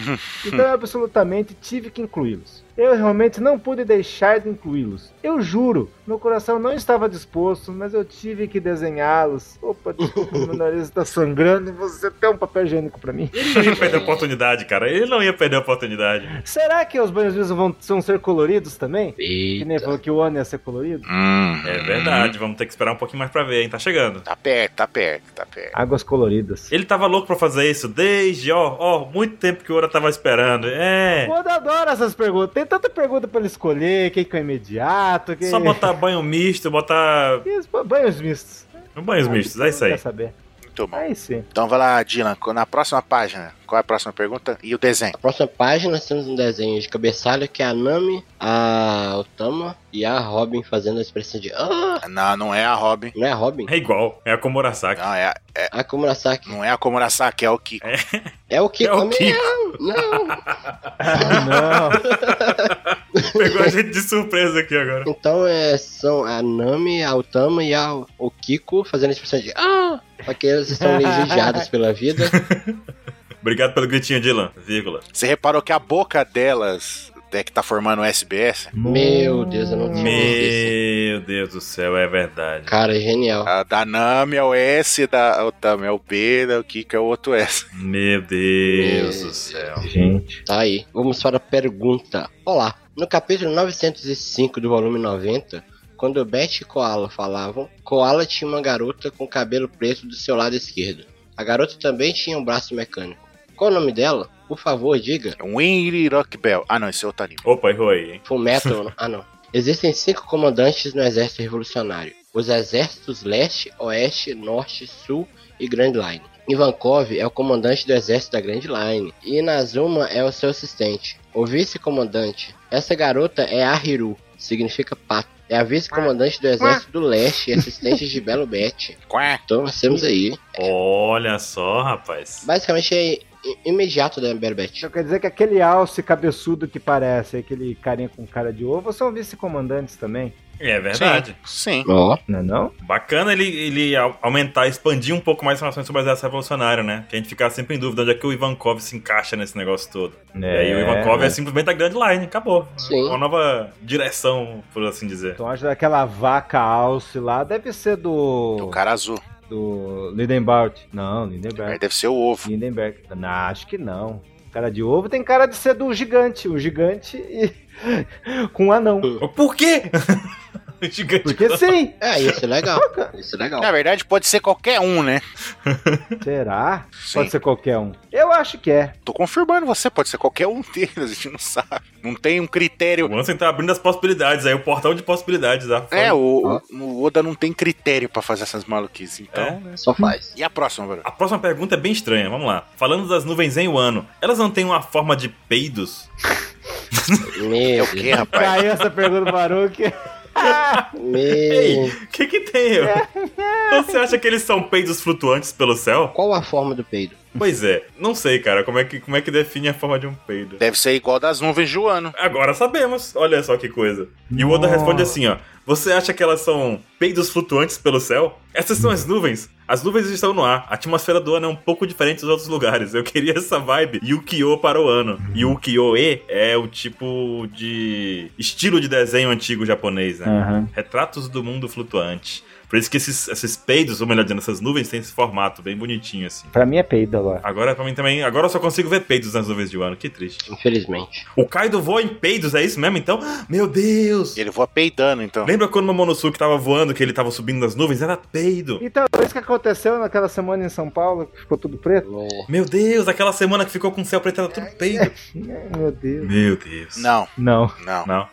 Speaker 3: Então eu absolutamente tive que incluí-los. Eu realmente não pude deixar de incluí-los. Eu juro, meu coração não estava disposto, mas eu tive que desenhá-los. Opa, desculpa, meu nariz está sangrando e você tem um papel higiênico para mim.
Speaker 4: Ele não ia perder a oportunidade, cara. Ele não ia perder a oportunidade.
Speaker 3: Será que os banhos mistos vão, vão ser coloridos também? Que nem
Speaker 1: Eita.
Speaker 3: falou que o ano ia ser colorido?
Speaker 2: Hum,
Speaker 4: É verdade, vamos ter que esperar um pouquinho mais pra ver, hein? Tá chegando.
Speaker 2: Tá perto, tá perto, tá perto.
Speaker 3: Águas coloridas.
Speaker 4: Ele tava louco pra fazer isso desde, ó, ó, muito tempo que o Ora tava esperando. É.
Speaker 3: O Oda adora essas perguntas. Tem tanta pergunta pra ele escolher, quem que é o imediato, quem...
Speaker 4: Só botar banho misto, botar.
Speaker 3: Isso, banhos mistos.
Speaker 4: Banhos mistos, é isso aí.
Speaker 3: Quer saber?
Speaker 2: Muito bom.
Speaker 3: Aí sim.
Speaker 2: Então vai lá, Dylan, na próxima página. Qual é a próxima pergunta? E o desenho?
Speaker 1: Na próxima página nós temos um desenho de cabeçalho que é a Nami, a Otama e a Robin fazendo a expressão de. Ah!
Speaker 2: Não, não é a Robin.
Speaker 1: Não é a Robin?
Speaker 4: É igual, é a Komurasaki.
Speaker 2: Não, é, a- é-
Speaker 1: A Kumurasaki.
Speaker 2: não é a Komurasaki, é o Kiko.
Speaker 1: É o que
Speaker 4: É o Kiko.
Speaker 1: Não!
Speaker 3: Não.
Speaker 4: Pegou a gente de surpresa aqui agora.
Speaker 1: Então é, são a Nami, a Otama e a o Kiko fazendo a expressão de. Ah! Só que eles estão ligeiradas pela vida.
Speaker 4: Obrigado pelo gritinho, Dylan. Vírgula.
Speaker 2: Você reparou que a boca delas é que tá formando o SBS?
Speaker 1: Meu Deus, eu não tinha visto isso.
Speaker 4: Meu Deus do céu, é verdade.
Speaker 1: Cara, genial.
Speaker 2: A da Nami é o S, da Otama é o B, da o Kiko é o outro S.
Speaker 4: Meu Deus do céu.
Speaker 3: Gente.
Speaker 1: Tá aí. Vamos para a pergunta. Olá. No capítulo 905 do volume 90, quando Beth e Koala falavam, Koala tinha uma garota com cabelo preto do seu lado esquerdo. A garota também tinha um braço mecânico. Qual o nome dela? Por favor, diga.
Speaker 2: Winry Rock É um Bell. Ah, não, esse é outro anime.
Speaker 4: Opa, errou aí, hein?
Speaker 1: Fullmetal. ah, não. Existem cinco comandantes no exército revolucionário. Os exércitos leste, oeste, norte, sul e Grand Line. Ivankov é o comandante do exército da Grand Line. E Inazuma é o seu assistente. O vice-comandante. Essa garota é Ahiru. Significa pato. É a vice-comandante do exército do leste e assistente de Belo Bet.
Speaker 2: Quá.
Speaker 1: Então nós temos aí.
Speaker 4: Olha só, rapaz.
Speaker 1: Basicamente é i- imediato da Belo Bet.
Speaker 3: Então quer dizer que aquele alce cabeçudo que parece, aquele carinha com cara de ovo, são vice-comandantes também.
Speaker 4: É verdade.
Speaker 2: Sim. sim.
Speaker 1: Ó.
Speaker 3: Não é não?
Speaker 4: Bacana ele, ele au- aumentar, expandir um pouco mais as informações sobre o exército revolucionário, né? Que a gente fica sempre em dúvida onde é que o Ivankov se encaixa nesse negócio todo. E aí o Ivankov é simplesmente a Grand Line, acabou.
Speaker 1: Sim.
Speaker 4: Uma nova direção, por assim dizer.
Speaker 3: Então acho que aquela vaca alce lá deve ser
Speaker 2: O
Speaker 3: do...
Speaker 2: um cara azul.
Speaker 3: Do Lindenbaut. Não, Lindenberg.
Speaker 2: Aí deve ser o ovo.
Speaker 3: Lindenberg. Não, acho que não. Cara de ovo tem cara de ser do gigante. O gigante e... com um anão.
Speaker 4: Por quê? O Gigante.
Speaker 3: Porque sim.
Speaker 1: É, isso é legal. Isso é legal.
Speaker 2: Na verdade, pode ser qualquer um, né?
Speaker 3: Será?
Speaker 2: Sim.
Speaker 3: Pode ser qualquer um. Eu acho que é.
Speaker 2: Tô confirmando você, pode ser qualquer um deles, a gente não sabe. Não tem um critério.
Speaker 4: O Ansem tá abrindo as possibilidades aí, o portal de possibilidades. Tá?
Speaker 2: É, o, o- o Oda não tem critério pra fazer essas maluquices, então.
Speaker 4: É.
Speaker 2: né?
Speaker 1: Só faz.
Speaker 2: E a próxima, Bruno?
Speaker 4: A próxima pergunta é bem estranha, vamos lá. Falando das nuvens em Wano, elas não têm uma forma de peidos?
Speaker 1: Meu
Speaker 2: É o quê,
Speaker 1: Deus.
Speaker 2: rapaz?
Speaker 4: é.
Speaker 3: Caiu essa pergunta do Baruque.
Speaker 1: Meu.
Speaker 4: O que que tem? Eu?
Speaker 2: É.
Speaker 4: Você acha que eles são peidos flutuantes pelo céu?
Speaker 1: Qual a forma do peido?
Speaker 4: Pois é, não sei, cara, como é que, como é que define a forma de um peido?
Speaker 2: Deve ser igual das nuvens de Joano.
Speaker 4: Agora sabemos, olha só que coisa. E o Oda
Speaker 3: Nossa.
Speaker 4: responde assim, ó. Você acha que elas são peidos flutuantes pelo céu? Essas são as nuvens. As nuvens estão no ar. A atmosfera do ano é um pouco diferente dos outros lugares. Eu queria essa vibe Yukio para o ano. Yukio-e é o tipo de estilo de desenho antigo japonês, né?
Speaker 3: Aham.
Speaker 4: Retratos do mundo flutuante. Por isso que esses, esses peidos, ou melhor dizendo, essas nuvens têm esse formato bem bonitinho, assim.
Speaker 3: Pra mim é peido agora.
Speaker 4: Agora, pra mim também, agora eu só consigo ver peidos nas nuvens de Wano, que triste.
Speaker 1: Infelizmente.
Speaker 4: O Kaido voa em peidos, é isso mesmo então? Meu Deus!
Speaker 2: Ele voa peidando, então.
Speaker 4: Lembra quando o Momonosuke tava voando, que ele tava subindo nas nuvens? Era peido.
Speaker 3: Então, isso que aconteceu naquela semana em São Paulo, que ficou tudo preto?
Speaker 1: É.
Speaker 4: Meu Deus, aquela semana que ficou com o céu preto era tudo peido.
Speaker 3: Ai, Meu Deus.
Speaker 4: Meu Deus.
Speaker 2: Não,
Speaker 3: Não.
Speaker 2: não,
Speaker 4: Não.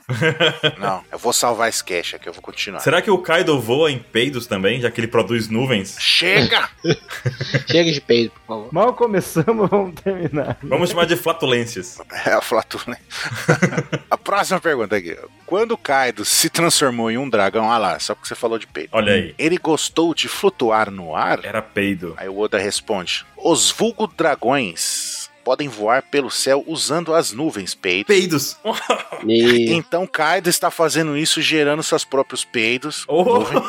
Speaker 2: não. Eu vou salvar esse cash aqui, eu vou continuar.
Speaker 4: Será que o Kaido voa em peidos também, já que ele produz nuvens?
Speaker 2: Chega!
Speaker 1: Chega de peido, por favor.
Speaker 3: Mal começamos, vamos terminar.
Speaker 4: Vamos chamar de flatulências.
Speaker 2: É a flatulência. a próxima pergunta aqui. Quando Kaido se transformou em um dragão, ah lá, só porque você falou de peido.
Speaker 4: Olha aí.
Speaker 2: Ele gostou de flutuar no ar?
Speaker 4: Era peido.
Speaker 2: Aí o Oda responde: Os vulgo dragões podem voar pelo céu usando as nuvens, peido.
Speaker 4: Peidos. Oh.
Speaker 1: Me...
Speaker 2: Então Kaido está fazendo isso gerando seus próprios peidos.
Speaker 4: Oh.
Speaker 2: nuvem,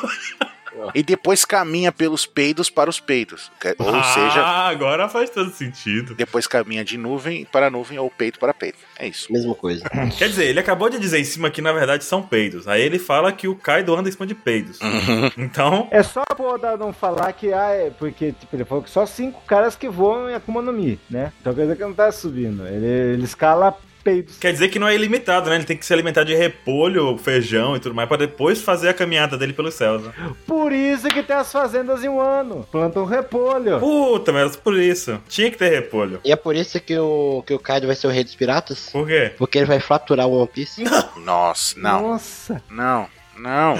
Speaker 2: E depois caminha pelos peidos para os peidos. Que- Ou seja,
Speaker 4: Ah, agora faz todo sentido.
Speaker 2: depois caminha de nuvem para nuvem ou peito para peito. É isso.
Speaker 1: Mesma coisa.
Speaker 4: Quer dizer, ele acabou de dizer em cima que na verdade são peidos. Aí ele fala que o Kaido anda em cima de peidos.
Speaker 2: Uhum.
Speaker 4: Então,
Speaker 3: É só pro Oda não falar que, ah, é porque, tipo, ele falou que só cinco caras que voam em Akuma no Mi, né? Então quer dizer que não tá subindo. Ele, ele escala peidos.
Speaker 4: quer dizer que não é ilimitado, né? Ele tem que se alimentar de repolho, feijão e tudo mais pra depois fazer a caminhada dele pelos céus. Né?
Speaker 3: Por isso que tem as fazendas em um ano. Plantam repolho.
Speaker 4: Puta, mas por isso. Tinha que ter repolho.
Speaker 1: E é por isso que o, que o Kaido vai ser o rei dos piratas?
Speaker 4: Por quê?
Speaker 1: Porque ele vai fraturar o One Piece? É
Speaker 2: Nossa, não,
Speaker 4: Oh.
Speaker 3: Nossa.
Speaker 2: não, não.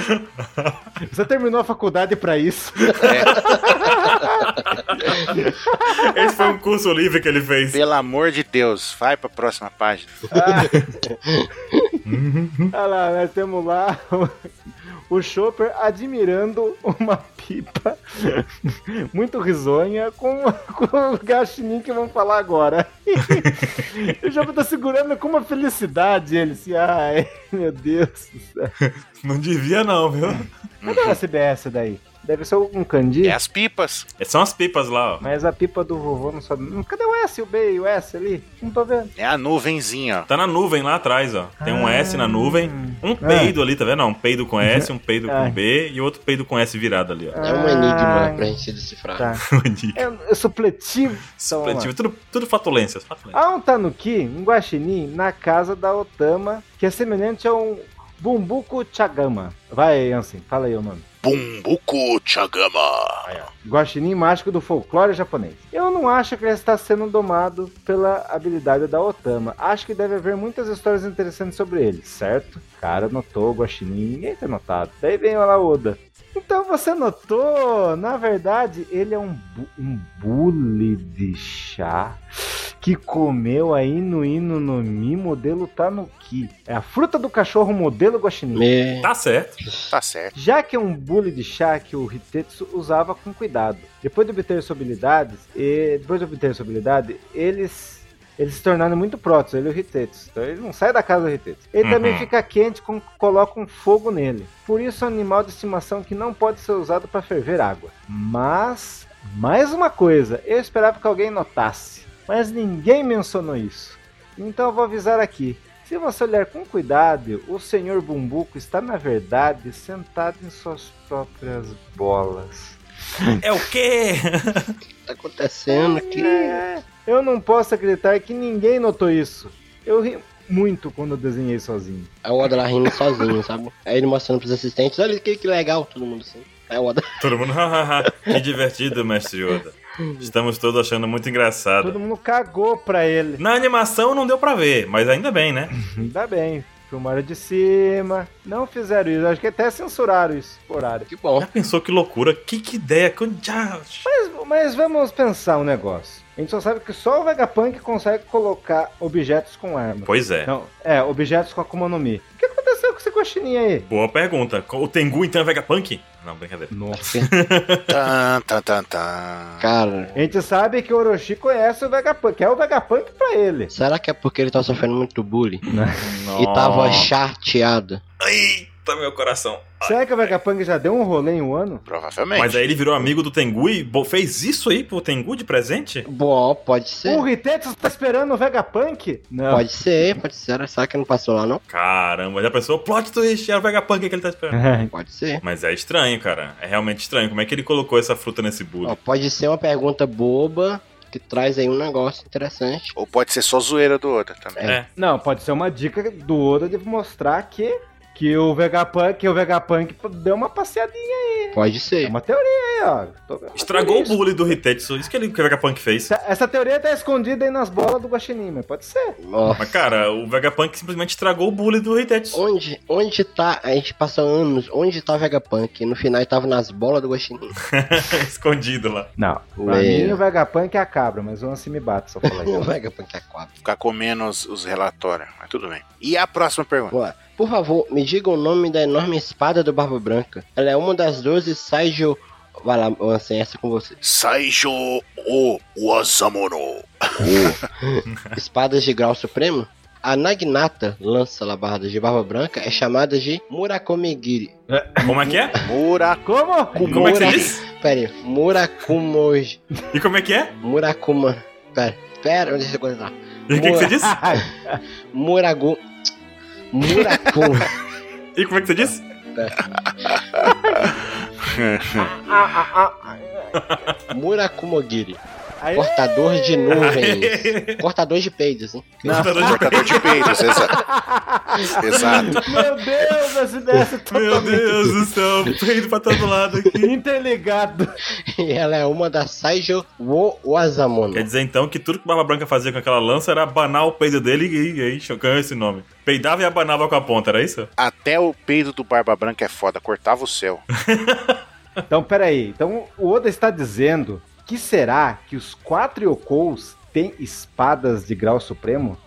Speaker 3: Você terminou a faculdade pra isso?
Speaker 4: Esse foi um curso livre que ele fez.
Speaker 2: Pelo amor de Deus, vai para a próxima página.
Speaker 3: Olha lá, nós temos lá o, o Chopper admirando uma pipa muito risonha com, com o Gashinin que vamos falar agora. E o Chopper tá segurando com uma felicidade ele, assim, ai, meu Deus do céu.
Speaker 4: Não devia, não, viu?
Speaker 3: Cadê o SBS daí? Deve ser um candi.
Speaker 2: É as pipas.
Speaker 4: São as pipas lá, ó.
Speaker 3: Mas a pipa do vovô não sobe. Hum, Cadê o S, o B e o S ali? Não tô vendo.
Speaker 2: É a nuvenzinha. ó.
Speaker 4: Tá na nuvem lá atrás, ó. Tem um
Speaker 3: Ah.
Speaker 4: S na nuvem. Um peido ali, tá vendo? Um peido com S, um peido
Speaker 3: Ah.
Speaker 4: com B e outro peido com S virado ali, ó.
Speaker 1: É um enigma
Speaker 3: Ah,
Speaker 1: pra gente decifrar.
Speaker 3: Tá.
Speaker 4: Mani.
Speaker 3: É, é supletivo. então, ó.
Speaker 4: Supletivo, tudo, tudo fatulências. fatulências.
Speaker 3: Há um tanuki, um guaxinim, na casa da Otama, que é semelhante a um Bumbuco Chagama. Vai, Ansem, fala aí o nome.
Speaker 2: Bumbuku Chagama.
Speaker 3: Guaxinim mágico do folclore japonês. Eu não acho que ele está sendo domado pela habilidade da Otama. Acho que deve haver muitas histórias interessantes sobre ele, certo? Cara, notou o Guaxinim, ninguém tem notado. Daí vem o Laoda. Então você notou, na verdade, ele é um, bu um bule de chá que comeu a Inu Inu no Mi modelo Tanuki. É a fruta do cachorro modelo Guaxinim.
Speaker 1: Me...
Speaker 4: Tá certo.
Speaker 2: Tá certo.
Speaker 3: Já que é um bule de chá que o Hitetsu usava com cuidado. Depois de obter sua habilidade, e depois de obter sua habilidade, eles eles se tornaram muito próximos, ele e o Hitetsu. Então ele não sai da casa do Hitetsu. Ele
Speaker 4: Uhum.
Speaker 3: também fica quente quando coloca um fogo nele. Por isso é um animal de estimação que não pode ser usado para ferver água. Mas mais uma coisa, eu esperava que alguém notasse, mas ninguém mencionou isso. Então eu vou avisar aqui. Se você olhar com cuidado, o senhor Bumbuco está, na verdade, sentado em suas próprias bolas.
Speaker 4: É o quê?
Speaker 1: Tá acontecendo aqui.
Speaker 3: É, Eu não posso acreditar que ninguém notou isso. Eu ri muito quando eu desenhei sozinho.
Speaker 1: Aí o Oda lá rindo sozinho, sabe? Aí ele mostrando pros assistentes, olha que, que legal, todo mundo assim. Aí o Oda,
Speaker 4: Todo mundo, hahaha. Que divertido, mestre Yoda. Estamos todos achando muito engraçado.
Speaker 3: Todo mundo cagou pra ele.
Speaker 4: Na animação não deu pra ver, mas ainda bem, né?
Speaker 3: Ainda bem. Filmaram de cima. Não fizeram isso. Acho que até censuraram isso. Horário.
Speaker 1: que bom.
Speaker 4: Já pensou que loucura? Que que ideia? Que- já-
Speaker 3: Mas, mas vamos pensar um negócio. A gente só sabe que só o Vegapunk consegue colocar objetos com arma.
Speaker 4: Pois é.
Speaker 3: Então, é, objetos com Akuma no Mi. O que aconteceu com com essa coxininha aí?
Speaker 4: Boa pergunta. O Tengu então é Vegapunk? Não, brincadeira.
Speaker 3: Nossa.
Speaker 2: Tan, tan, tan, tan.
Speaker 1: Cara,
Speaker 3: A gente sabe que o Orochi conhece o Vegapunk, é o Vegapunk pra ele.
Speaker 1: será que é porque ele tá sofrendo muito bullying? E tá tava chateado.
Speaker 4: Eita, meu coração.
Speaker 3: Será que o Vegapunk já deu um rolê em um ano?
Speaker 2: Provavelmente.
Speaker 4: Mas aí ele virou amigo do Tengu e bo- fez isso aí pro Tengu de presente?
Speaker 1: Bom, pode ser.
Speaker 3: O Ritetsu tá esperando o Vegapunk? Não.
Speaker 1: Pode ser, pode ser. Será que não passou lá, não?
Speaker 4: Caramba, já pensou? Plot twist, era o Vegapunk que ele tá esperando.
Speaker 1: Pode ser.
Speaker 4: Mas é estranho, cara. É realmente estranho. Como é que ele colocou essa fruta nesse
Speaker 1: Ó,
Speaker 4: bule?
Speaker 1: pode ser uma pergunta boba que traz aí um negócio interessante.
Speaker 2: Ou pode ser só zoeira do Oda também.
Speaker 4: É.
Speaker 3: Não, pode ser uma dica do Oda de mostrar que, que, o, Vegapunk, que o Vegapunk deu uma passeadinha.
Speaker 1: Pode
Speaker 3: É
Speaker 1: ser.
Speaker 3: uma teoria aí, ó. Tô- uma
Speaker 4: Estragou o
Speaker 3: teoria.
Speaker 4: bullying do Ritetsu. Isso que, ele, que o Vegapunk fez.
Speaker 3: Essa, essa teoria tá escondida aí nas bolas do Guaxinim, mas pode ser.
Speaker 1: Ó,
Speaker 4: Mas, cara, o Vegapunk simplesmente estragou o bullying do Ritetsu.
Speaker 1: Onde, onde tá? A gente passou anos. Onde tá o Vegapunk? No final ele tava nas bolas do Gostinho.
Speaker 4: Escondido lá.
Speaker 3: Não. Pra
Speaker 1: É.
Speaker 3: mim, o Vegapunk é a cabra, mas o se me bate, se eu falar
Speaker 1: o
Speaker 3: isso.
Speaker 1: Vegapunk é quatro.
Speaker 2: Ficar comendo os, os relatórios. Mas tudo bem. E a próxima pergunta?
Speaker 1: Vamos lá. Por favor, me diga o nome da enorme espada do Barba Branca. Ela é uma das 12 Saijo. Vai lá, Ansem, essa é com você.
Speaker 2: Saijo o Wazamono.
Speaker 1: Espadas de grau supremo? A Naginata, lança labarda de Barba Branca, é chamada de Murakomegiri.
Speaker 4: Como é que é?
Speaker 2: Muraku.
Speaker 3: Como?
Speaker 4: Como é que você
Speaker 1: Mura-
Speaker 4: disse?
Speaker 1: Pera aí, Murakumoji.
Speaker 4: E como é que é?
Speaker 1: Murakuma. Pera, pera, é deixa eu coisar.
Speaker 4: E o que, que você disse?
Speaker 1: Muragu. Murakuma.
Speaker 4: E como é que você disse?
Speaker 1: Murakumogiri.
Speaker 3: Aê!
Speaker 1: Cortador de nuvens. Cortador de peidos, hein?
Speaker 2: Cortador de peitos, exato. Exato.
Speaker 3: Meu Deus, essa ideia é
Speaker 4: Meu
Speaker 3: totalmente
Speaker 4: Deus do céu, tô indo pra todo lado aqui.
Speaker 3: interligado.
Speaker 1: E ela é uma das Saijo Wo Wazamono.
Speaker 4: Quer dizer então que tudo que o Barba Branca fazia com aquela lança era abanar o peido dele e, e aí ganhou esse nome. Peidava e abanava com a ponta, era isso?
Speaker 2: Até o peito do Barba Branca é foda. Cortava o céu.
Speaker 3: Então, peraí. Então, o Oda está dizendo que será que os quatro Yokous têm espadas de grau supremo?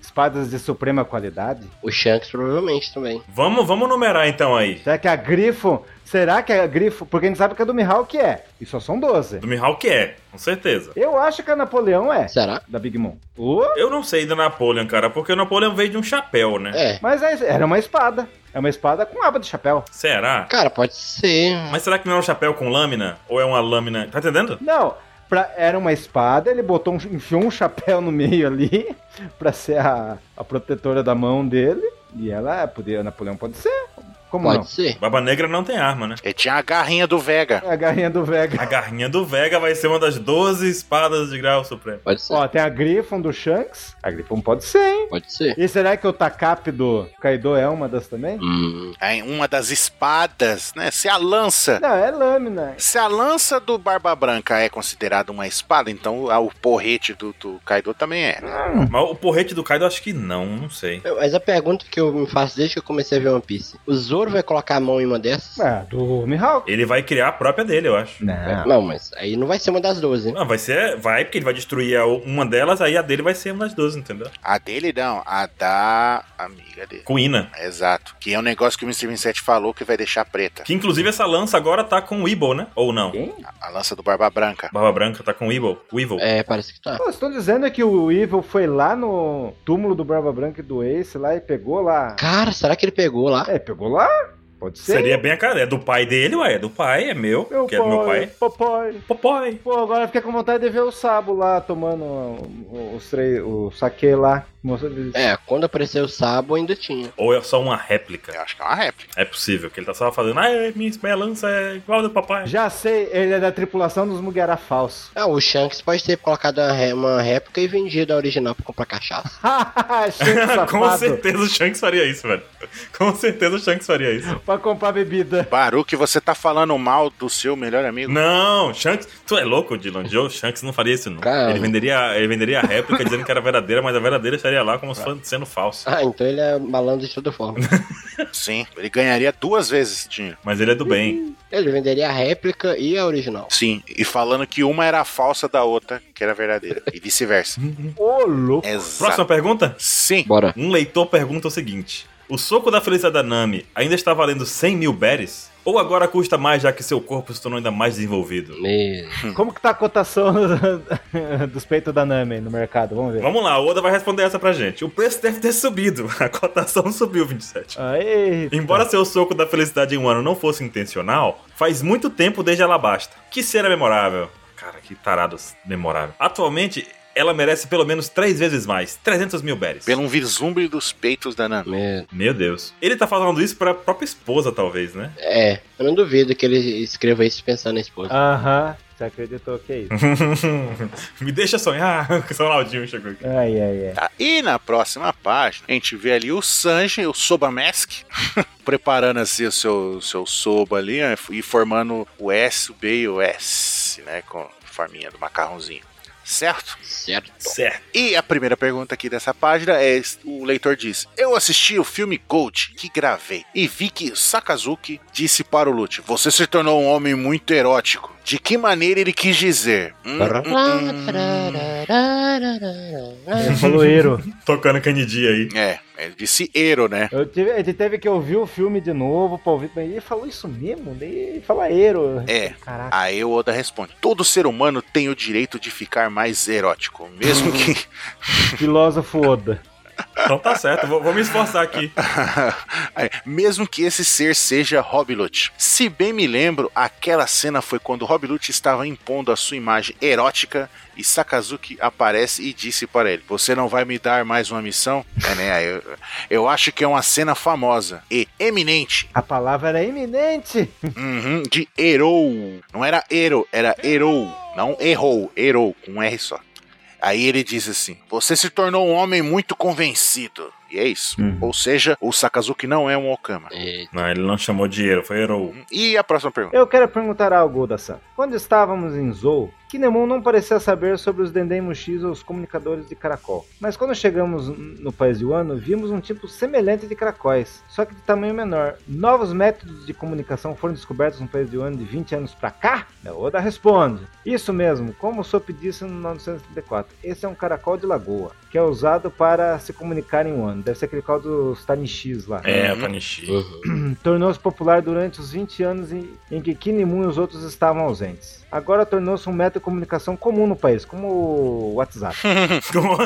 Speaker 3: Espadas de suprema qualidade?
Speaker 1: O Shanks provavelmente também.
Speaker 4: Vamos, vamos numerar então aí.
Speaker 3: Será que a Grifo... Será que a Grifo... Porque a gente sabe que a do Mihawk é. E só são 12.
Speaker 4: Do Mihawk é, com certeza.
Speaker 3: Eu acho que a Napoleão é.
Speaker 1: Será?
Speaker 3: Da Big Mom. Uh,
Speaker 4: Eu não sei da Napoleon, cara, porque o Napoleon veio de um chapéu, né?
Speaker 1: É.
Speaker 3: mas é- era uma espada. É uma espada com aba de chapéu.
Speaker 4: Será?
Speaker 1: Cara, pode ser.
Speaker 4: Mas será que não é um chapéu com lâmina? Ou é uma lâmina. Tá entendendo?
Speaker 3: Não, pra- era uma espada, ele botou um, enfiou um chapéu no meio ali pra ser a, a protetora da mão dele. E ela podia, Napoleão pode ser. Como
Speaker 1: Pode ser.
Speaker 4: Barba Negra não tem arma, né?
Speaker 2: E tinha a garrinha do Vega.
Speaker 3: não? É A garrinha do Vega.
Speaker 4: A garrinha do Vega vai ser uma das 12 espadas de grau supremo.
Speaker 1: Pode ser.
Speaker 3: Ó, tem a Griffon do Shanks. A Griffon pode ser, hein?
Speaker 1: Pode ser.
Speaker 3: E será que o Takap do Kaido é uma das também?
Speaker 1: Hum.
Speaker 2: Aí uma das espadas, né? Se a lança.
Speaker 3: Não, é lâmina.
Speaker 2: Se a lança do Barba Branca é considerada uma espada, então a- o porrete do, do Kaido também é. né?
Speaker 4: Mas o porrete do Kaido, eu acho que não, não sei.
Speaker 1: Eu- Mas a pergunta que eu me faço desde que eu comecei a ver One Piece: O Zoro vai colocar a mão em uma dessas?
Speaker 3: É, do Mihawk. É,
Speaker 4: Ele vai criar a própria dele, eu acho.
Speaker 3: Não.
Speaker 1: Não, mas aí não vai ser uma das 12, hein?
Speaker 4: Não, vai ser. Vai, porque ele vai destruir a- uma delas, aí a dele vai ser uma das 12, entendeu?
Speaker 2: A dele não, a da amiga dele.
Speaker 4: Com Ina.
Speaker 2: Exato. Que é um negócio que o Mr. 27 falou que vai deixar preta.
Speaker 4: Que inclusive essa lança agora tá com o Weeble, né? Ou não?
Speaker 2: A lança do Barba Branca.
Speaker 4: Barba Branca tá com o Weeble. Weevil.
Speaker 1: É, parece que tá.
Speaker 3: Pô, estão dizendo que o Evil foi lá no túmulo do Barba Branca e do Ace lá e pegou lá.
Speaker 1: Cara, será que ele pegou lá?
Speaker 3: É, pegou lá? Pode ser.
Speaker 4: Seria bem a cara. É do pai dele, ué. É do pai, é meu.
Speaker 3: Meu
Speaker 4: que
Speaker 3: pai,
Speaker 4: é do meu pai.
Speaker 3: Papai.
Speaker 4: Popoy.
Speaker 3: Pô, agora eu fiquei com vontade de ver o Sabo lá tomando o- os três, o saque lá. Mostrando-
Speaker 1: É, quando apareceu o Sabo ainda tinha.
Speaker 4: Ou é só uma réplica?
Speaker 2: Eu acho que é uma réplica.
Speaker 4: É possível, que ele tá só fazendo. Ah, é, minha, minha lança é igual a do papai.
Speaker 3: Já sei, ele é da tripulação dos Mugera falso.
Speaker 1: Ah, o Shanks pode ter colocado uma, ré- uma réplica e vendido a original pra comprar cachaça.
Speaker 3: Achei que
Speaker 4: com
Speaker 3: é safado
Speaker 4: certeza o Shanks faria isso, velho. Com certeza o Shanks faria isso.
Speaker 3: pra comprar bebida.
Speaker 2: Baruque, você tá falando mal do seu melhor amigo?
Speaker 4: Não, Shanks. Tu é louco, Dylan Joe? Shanks não faria isso, não.
Speaker 1: Cara.
Speaker 4: Ele venderia, ele venderia a réplica dizendo que era verdadeira, mas a verdadeira estaria lá como se fosse sendo falsa.
Speaker 1: Ah, então ele é malandro de toda forma.
Speaker 2: Sim. Ele ganharia duas vezes esse dinheiro.
Speaker 4: Mas ele é do bem.
Speaker 1: Ele venderia a réplica e a original.
Speaker 2: Sim. E falando que uma era a falsa da outra, que era a verdadeira. E vice-versa.
Speaker 3: Ô, louco.
Speaker 2: Exato.
Speaker 4: Próxima pergunta?
Speaker 2: Sim.
Speaker 1: Bora.
Speaker 4: Um leitor pergunta o seguinte: o soco da felicidade da Nami ainda está valendo 100 mil berries? Ou agora custa mais já que seu corpo se tornou ainda mais desenvolvido?
Speaker 1: Meu.
Speaker 4: Hum.
Speaker 3: Como que tá a cotação dos peitos da Nami no mercado? Vamos ver.
Speaker 4: Vamos lá, o Oda vai responder essa pra gente. O preço deve ter subido. A cotação subiu 27.
Speaker 3: Aê!
Speaker 4: Embora seu soco da felicidade em um ano não fosse intencional, faz muito tempo desde ela basta. Que cena memorável. Cara, que tarado memorável. Atualmente, ela merece pelo menos três vezes mais. 300 mil berries.
Speaker 2: Pelo um vislumbre dos peitos da Nami.
Speaker 1: Meu.
Speaker 4: Meu Deus. Ele tá falando isso pra própria esposa, talvez, né?
Speaker 1: É, eu não duvido que ele escreva isso pensando na esposa.
Speaker 3: Aham, você acreditou que é isso?
Speaker 4: Me deixa sonhar que São Laudinho chegou aqui.
Speaker 3: Ai, ai, ai.
Speaker 2: Tá, E na próxima página, a gente vê ali o Sanji, o Soba Mask, preparando assim o seu, seu Soba ali, né, e formando o S, o B e o S, né? Com a forminha do macarrãozinho. Certo?
Speaker 1: Certo.
Speaker 4: Certo.
Speaker 2: E a primeira pergunta aqui dessa página é: o leitor diz: Eu assisti o filme Gold que gravei e vi que Sakazuki disse para o Lute: Você se tornou um homem muito erótico. De que maneira ele quis dizer? Hum,
Speaker 1: Pará.
Speaker 3: Ele falou Ero.
Speaker 4: Tocando Canidinha aí.
Speaker 2: É, ele disse Ero, né?
Speaker 3: Eu tive, ele teve que ouvir o filme de novo pra ouvir. mas Ele falou isso mesmo? Daí fala Ero.
Speaker 2: É.
Speaker 3: Caraca.
Speaker 2: Aí o Oda responde: Todo ser humano tem o direito de ficar mais erótico, mesmo que.
Speaker 3: Filósofo Oda.
Speaker 4: Então tá certo, vou, vou me esforçar aqui.
Speaker 2: Aí, É, mesmo que esse ser seja Rob Lute. Se bem me lembro, aquela cena foi quando Rob Lute estava impondo a sua imagem erótica e Sakazuki aparece e disse para ele: Você não vai me dar mais uma missão? É, né? Aí Eu, eu acho que é uma cena famosa e eminente
Speaker 3: A palavra era iminente.
Speaker 2: uhum, de Erou. Não era Ero, era Erou. Não errou, Erou, com um R só. Aí ele diz assim: Você se tornou um homem muito convencido. E é isso. Ou seja, o Sakazuki não é um Okama.
Speaker 1: É,
Speaker 4: Não, ele não chamou de Ero, foi Ero.
Speaker 2: E a próxima pergunta?
Speaker 3: Eu quero perguntar algo, Oda-san. Quando estávamos em Zou, Kinemon não parecia saber sobre os Dendemushis ou os comunicadores de caracol. Mas quando chegamos no país de Wano, vimos um tipo semelhante de caracóis, só que de tamanho menor. Novos métodos de comunicação foram descobertos no país de Wano de 20 anos pra cá? Oda responde. Isso mesmo, como o Sop disse no 934, esse é um caracol de lagoa, que é usado para se comunicar em Wano. Deve ser aquele caracol dos Tanishis lá.
Speaker 4: É, o Panishi.
Speaker 1: uhum.
Speaker 3: tornou-se popular durante os 20 anos em, em que Kinemon e os outros estavam ausentes. Agora tornou-se um método de comunicação comum no país, como o WhatsApp.
Speaker 4: Como-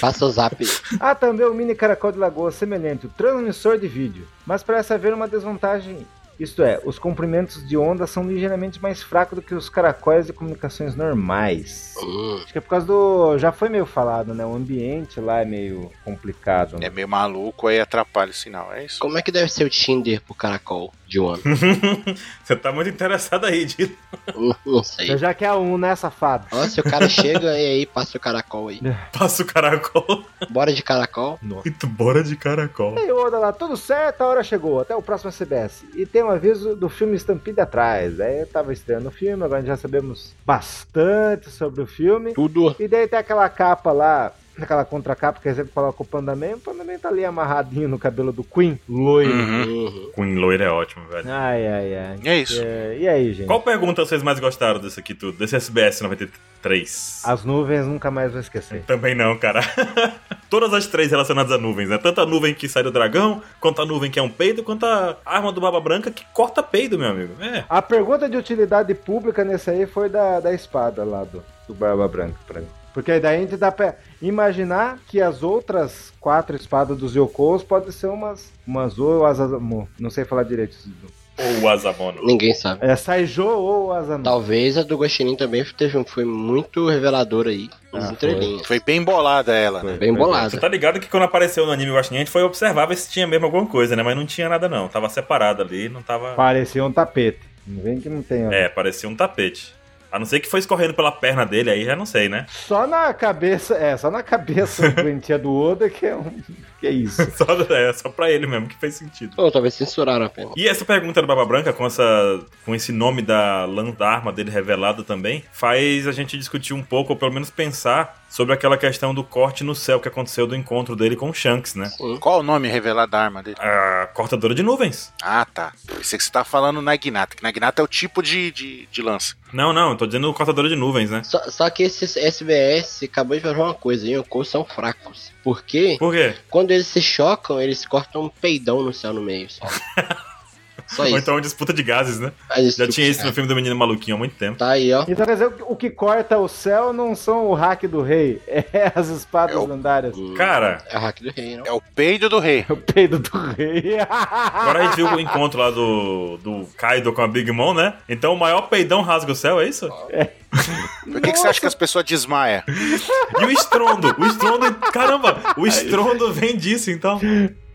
Speaker 1: Passa o zap.
Speaker 3: Há também o mini caracol de lagoa semelhante, o transmissor de vídeo, mas parece haver uma desvantagem. Isto é, os comprimentos de onda são ligeiramente mais fracos do que os caracóis de comunicações normais.
Speaker 1: Hum,
Speaker 3: Acho que é por causa do. Já foi meio falado, né? O ambiente lá é meio complicado.
Speaker 2: É
Speaker 3: Né?
Speaker 2: meio maluco, aí atrapalha o sinal. É isso.
Speaker 1: Como é que deve ser o Tinder pro caracol de um ano?
Speaker 4: Você tá muito interessado aí, Dito.
Speaker 1: Hum, não sei.
Speaker 3: Você já quer um, né, safado?
Speaker 1: Ó, se o cara chega e aí passa o caracol aí.
Speaker 4: Passa o caracol.
Speaker 1: Bora de caracol?
Speaker 4: E tu bora de caracol.
Speaker 3: Ei, Oda lá, tudo certo, a hora chegou, até o próximo CBS. E tem um aviso do filme Estampida atrás. Aí eu tava estreando o filme, agora já sabemos bastante sobre o filme.
Speaker 1: Tudo.
Speaker 3: E daí tem aquela capa lá, aquela contracapa que é sempre coloca o Pandaman. O Pandaman tá ali amarradinho no cabelo do Queen, loiro.
Speaker 2: Uhum.
Speaker 1: Uhum.
Speaker 4: Queen loira é ótimo, velho.
Speaker 3: Ai, ai, ai.
Speaker 2: É isso.
Speaker 3: É, e aí, gente?
Speaker 4: Qual pergunta vocês mais gostaram desse aqui tudo? Desse SBS 93?
Speaker 3: As nuvens nunca mais vão esquecer.
Speaker 4: Também não, cara. Todas as três relacionadas a nuvens, né? Tanto a nuvem que sai do dragão, quanto a nuvem que é um peido, quanto a arma do Baba Branca que corta peido, meu amigo. É.
Speaker 3: A pergunta de utilidade pública nesse aí foi da, da espada lá do, do Barba Branca pra mim. Porque daí a gente dá pra imaginar que as outras quatro espadas dos Yokos podem ser umas, umas ou Asamo. Não sei falar direito. isso.
Speaker 4: Ou o Azamono.
Speaker 1: Ninguém sabe.
Speaker 3: É Saijo ou Asamo.
Speaker 1: Talvez a do Gostinin também teve um, foi muito reveladora aí. As
Speaker 3: Ah,
Speaker 1: entrelinhas.
Speaker 2: Foi bem bolada ela, né?
Speaker 1: Bem
Speaker 4: Você
Speaker 1: bolada.
Speaker 4: tá ligado que quando apareceu no anime Guaxinim, a gente foi observar ver se tinha mesmo alguma coisa, né? Mas não tinha nada não. Tava separado ali, não tava...
Speaker 3: Parecia um tapete. Não vem que não tem. ó.
Speaker 4: É, parecia um tapete. A não ser que foi escorrendo pela perna dele, aí já não sei, né?
Speaker 3: Só na cabeça, é, só na cabeça doentia do Oda que é um. Que é isso.
Speaker 4: Só, é, só pra ele mesmo que fez sentido.
Speaker 1: Ou talvez censuraram a pena.
Speaker 4: E essa pergunta do Baba Branca, com, essa, com esse nome da, lan- da arma dele revelado também, faz a gente discutir um pouco, ou pelo menos pensar, sobre aquela questão do corte no céu que aconteceu do encontro dele com o Shanks, né?
Speaker 1: Sim.
Speaker 2: Qual o nome revelado da arma dele?
Speaker 4: A cortadora de nuvens.
Speaker 2: Ah, tá. Pensei que você tá falando Naginata, que Naginata é o tipo de, de, de lança.
Speaker 4: Não, não, eu tô dizendo cortadora de nuvens, né?
Speaker 1: Só, só que esses SBS acabou de falar uma coisa, hein? Yonkou são fracos. Porque
Speaker 4: Por quê?
Speaker 1: quando eles se chocam, eles cortam um peidão no céu no meio. Só, só
Speaker 4: Ou
Speaker 1: isso. É.
Speaker 4: então uma disputa de gases, né?
Speaker 1: Mas
Speaker 4: Já tinha isso
Speaker 1: cara,
Speaker 4: no filme do Menino Maluquinho há muito tempo.
Speaker 1: Tá aí, ó.
Speaker 3: Então quer dizer, o que- o que corta o céu não são o hack do rei, é as espadas
Speaker 2: É o-
Speaker 3: lendárias.
Speaker 4: Hum. Cara,
Speaker 1: É o hack do rei, não?
Speaker 2: É o peido do rei.
Speaker 3: É o peido do rei.
Speaker 4: agora a gente viu o encontro lá do, do Kaido com a Big Mom, né? Então o maior peidão rasga o céu, é isso?
Speaker 2: Por que, que você acha que as pessoas desmaiam?
Speaker 4: E o estrondo, o estrondo, caramba, o estrondo vem disso, então.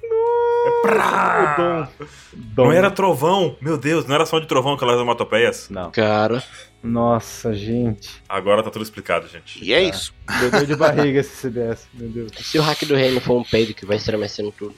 Speaker 4: É prá!
Speaker 3: O dom. Dom.
Speaker 4: Não era trovão, meu Deus, não era som de trovão aquelas onomatopeias.
Speaker 3: Não.
Speaker 1: Cara,
Speaker 3: Nossa, gente.
Speaker 4: Agora tá tudo explicado, gente.
Speaker 2: E é isso.
Speaker 3: Deu dor de barriga esse CBS, meu Deus.
Speaker 1: se o hack do rei não for um peido que vai estremecendo tudo,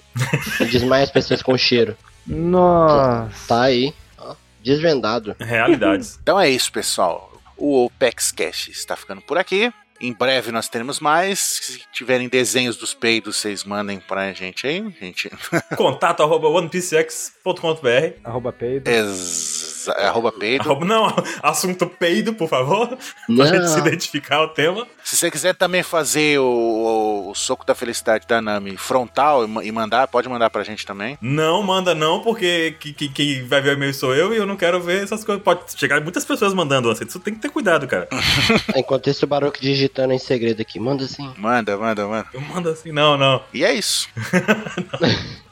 Speaker 1: e desmaia as pessoas com cheiro.
Speaker 3: Nossa.
Speaker 1: Tá aí, ó. Desvendado.
Speaker 4: Realidades.
Speaker 2: Então é isso, pessoal. O Opex Cash está ficando por aqui. Em breve nós teremos mais. Se tiverem desenhos dos peidos, vocês mandem pra gente aí. Gente,
Speaker 4: Contato arroba onepcx.com.br.
Speaker 3: Arroba peido.
Speaker 2: É. ex... é, arroba peido.
Speaker 4: Arroba- Não, assunto peido, por favor. Pra gente se identificar o tema.
Speaker 2: Se você quiser também fazer o, o- o soco da felicidade da Nami frontal e ma- e mandar, pode mandar pra gente também.
Speaker 4: Não manda não, porque que- que- quem vai ver o e-mail sou eu e eu não quero ver essas coisas. Pode chegar muitas pessoas mandando assim. Isso tem que ter cuidado, cara.
Speaker 1: Enquanto isso, o Baroque digitando em segredo aqui. Manda assim.
Speaker 2: Manda, manda, manda.
Speaker 4: Eu mando assim, não, não.
Speaker 2: E é isso.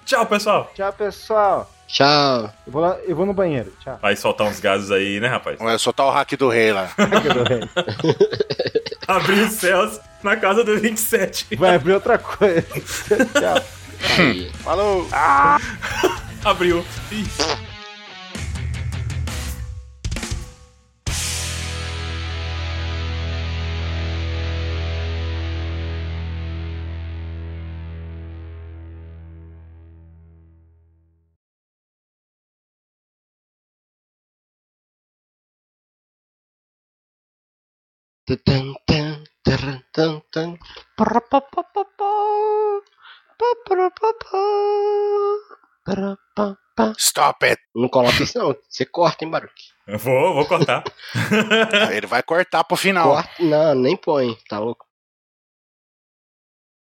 Speaker 4: Tchau, pessoal.
Speaker 3: Tchau, pessoal.
Speaker 1: Tchau.
Speaker 3: Eu vou, lá, eu vou no banheiro. Tchau.
Speaker 4: Vai soltar uns gases aí, né, rapaz?
Speaker 2: Ué, soltar tá o hack do rei lá.
Speaker 3: Hack do rei.
Speaker 4: Abrir os céus na casa do 27.
Speaker 3: Vai abrir outra coisa. Tchau.
Speaker 1: Aí.
Speaker 2: Falou!
Speaker 4: Abriu. Ih.
Speaker 1: Tutum, tum, tarum, tum, tum. Parapapapapá. Paparapapá. Parapapá.
Speaker 2: Stop it!
Speaker 1: Não coloca isso não, você corta, hein, Baruque?
Speaker 4: Vou, vou cortar.
Speaker 2: Ele vai cortar pro final.
Speaker 1: Corta, não, nem põe, tá louco?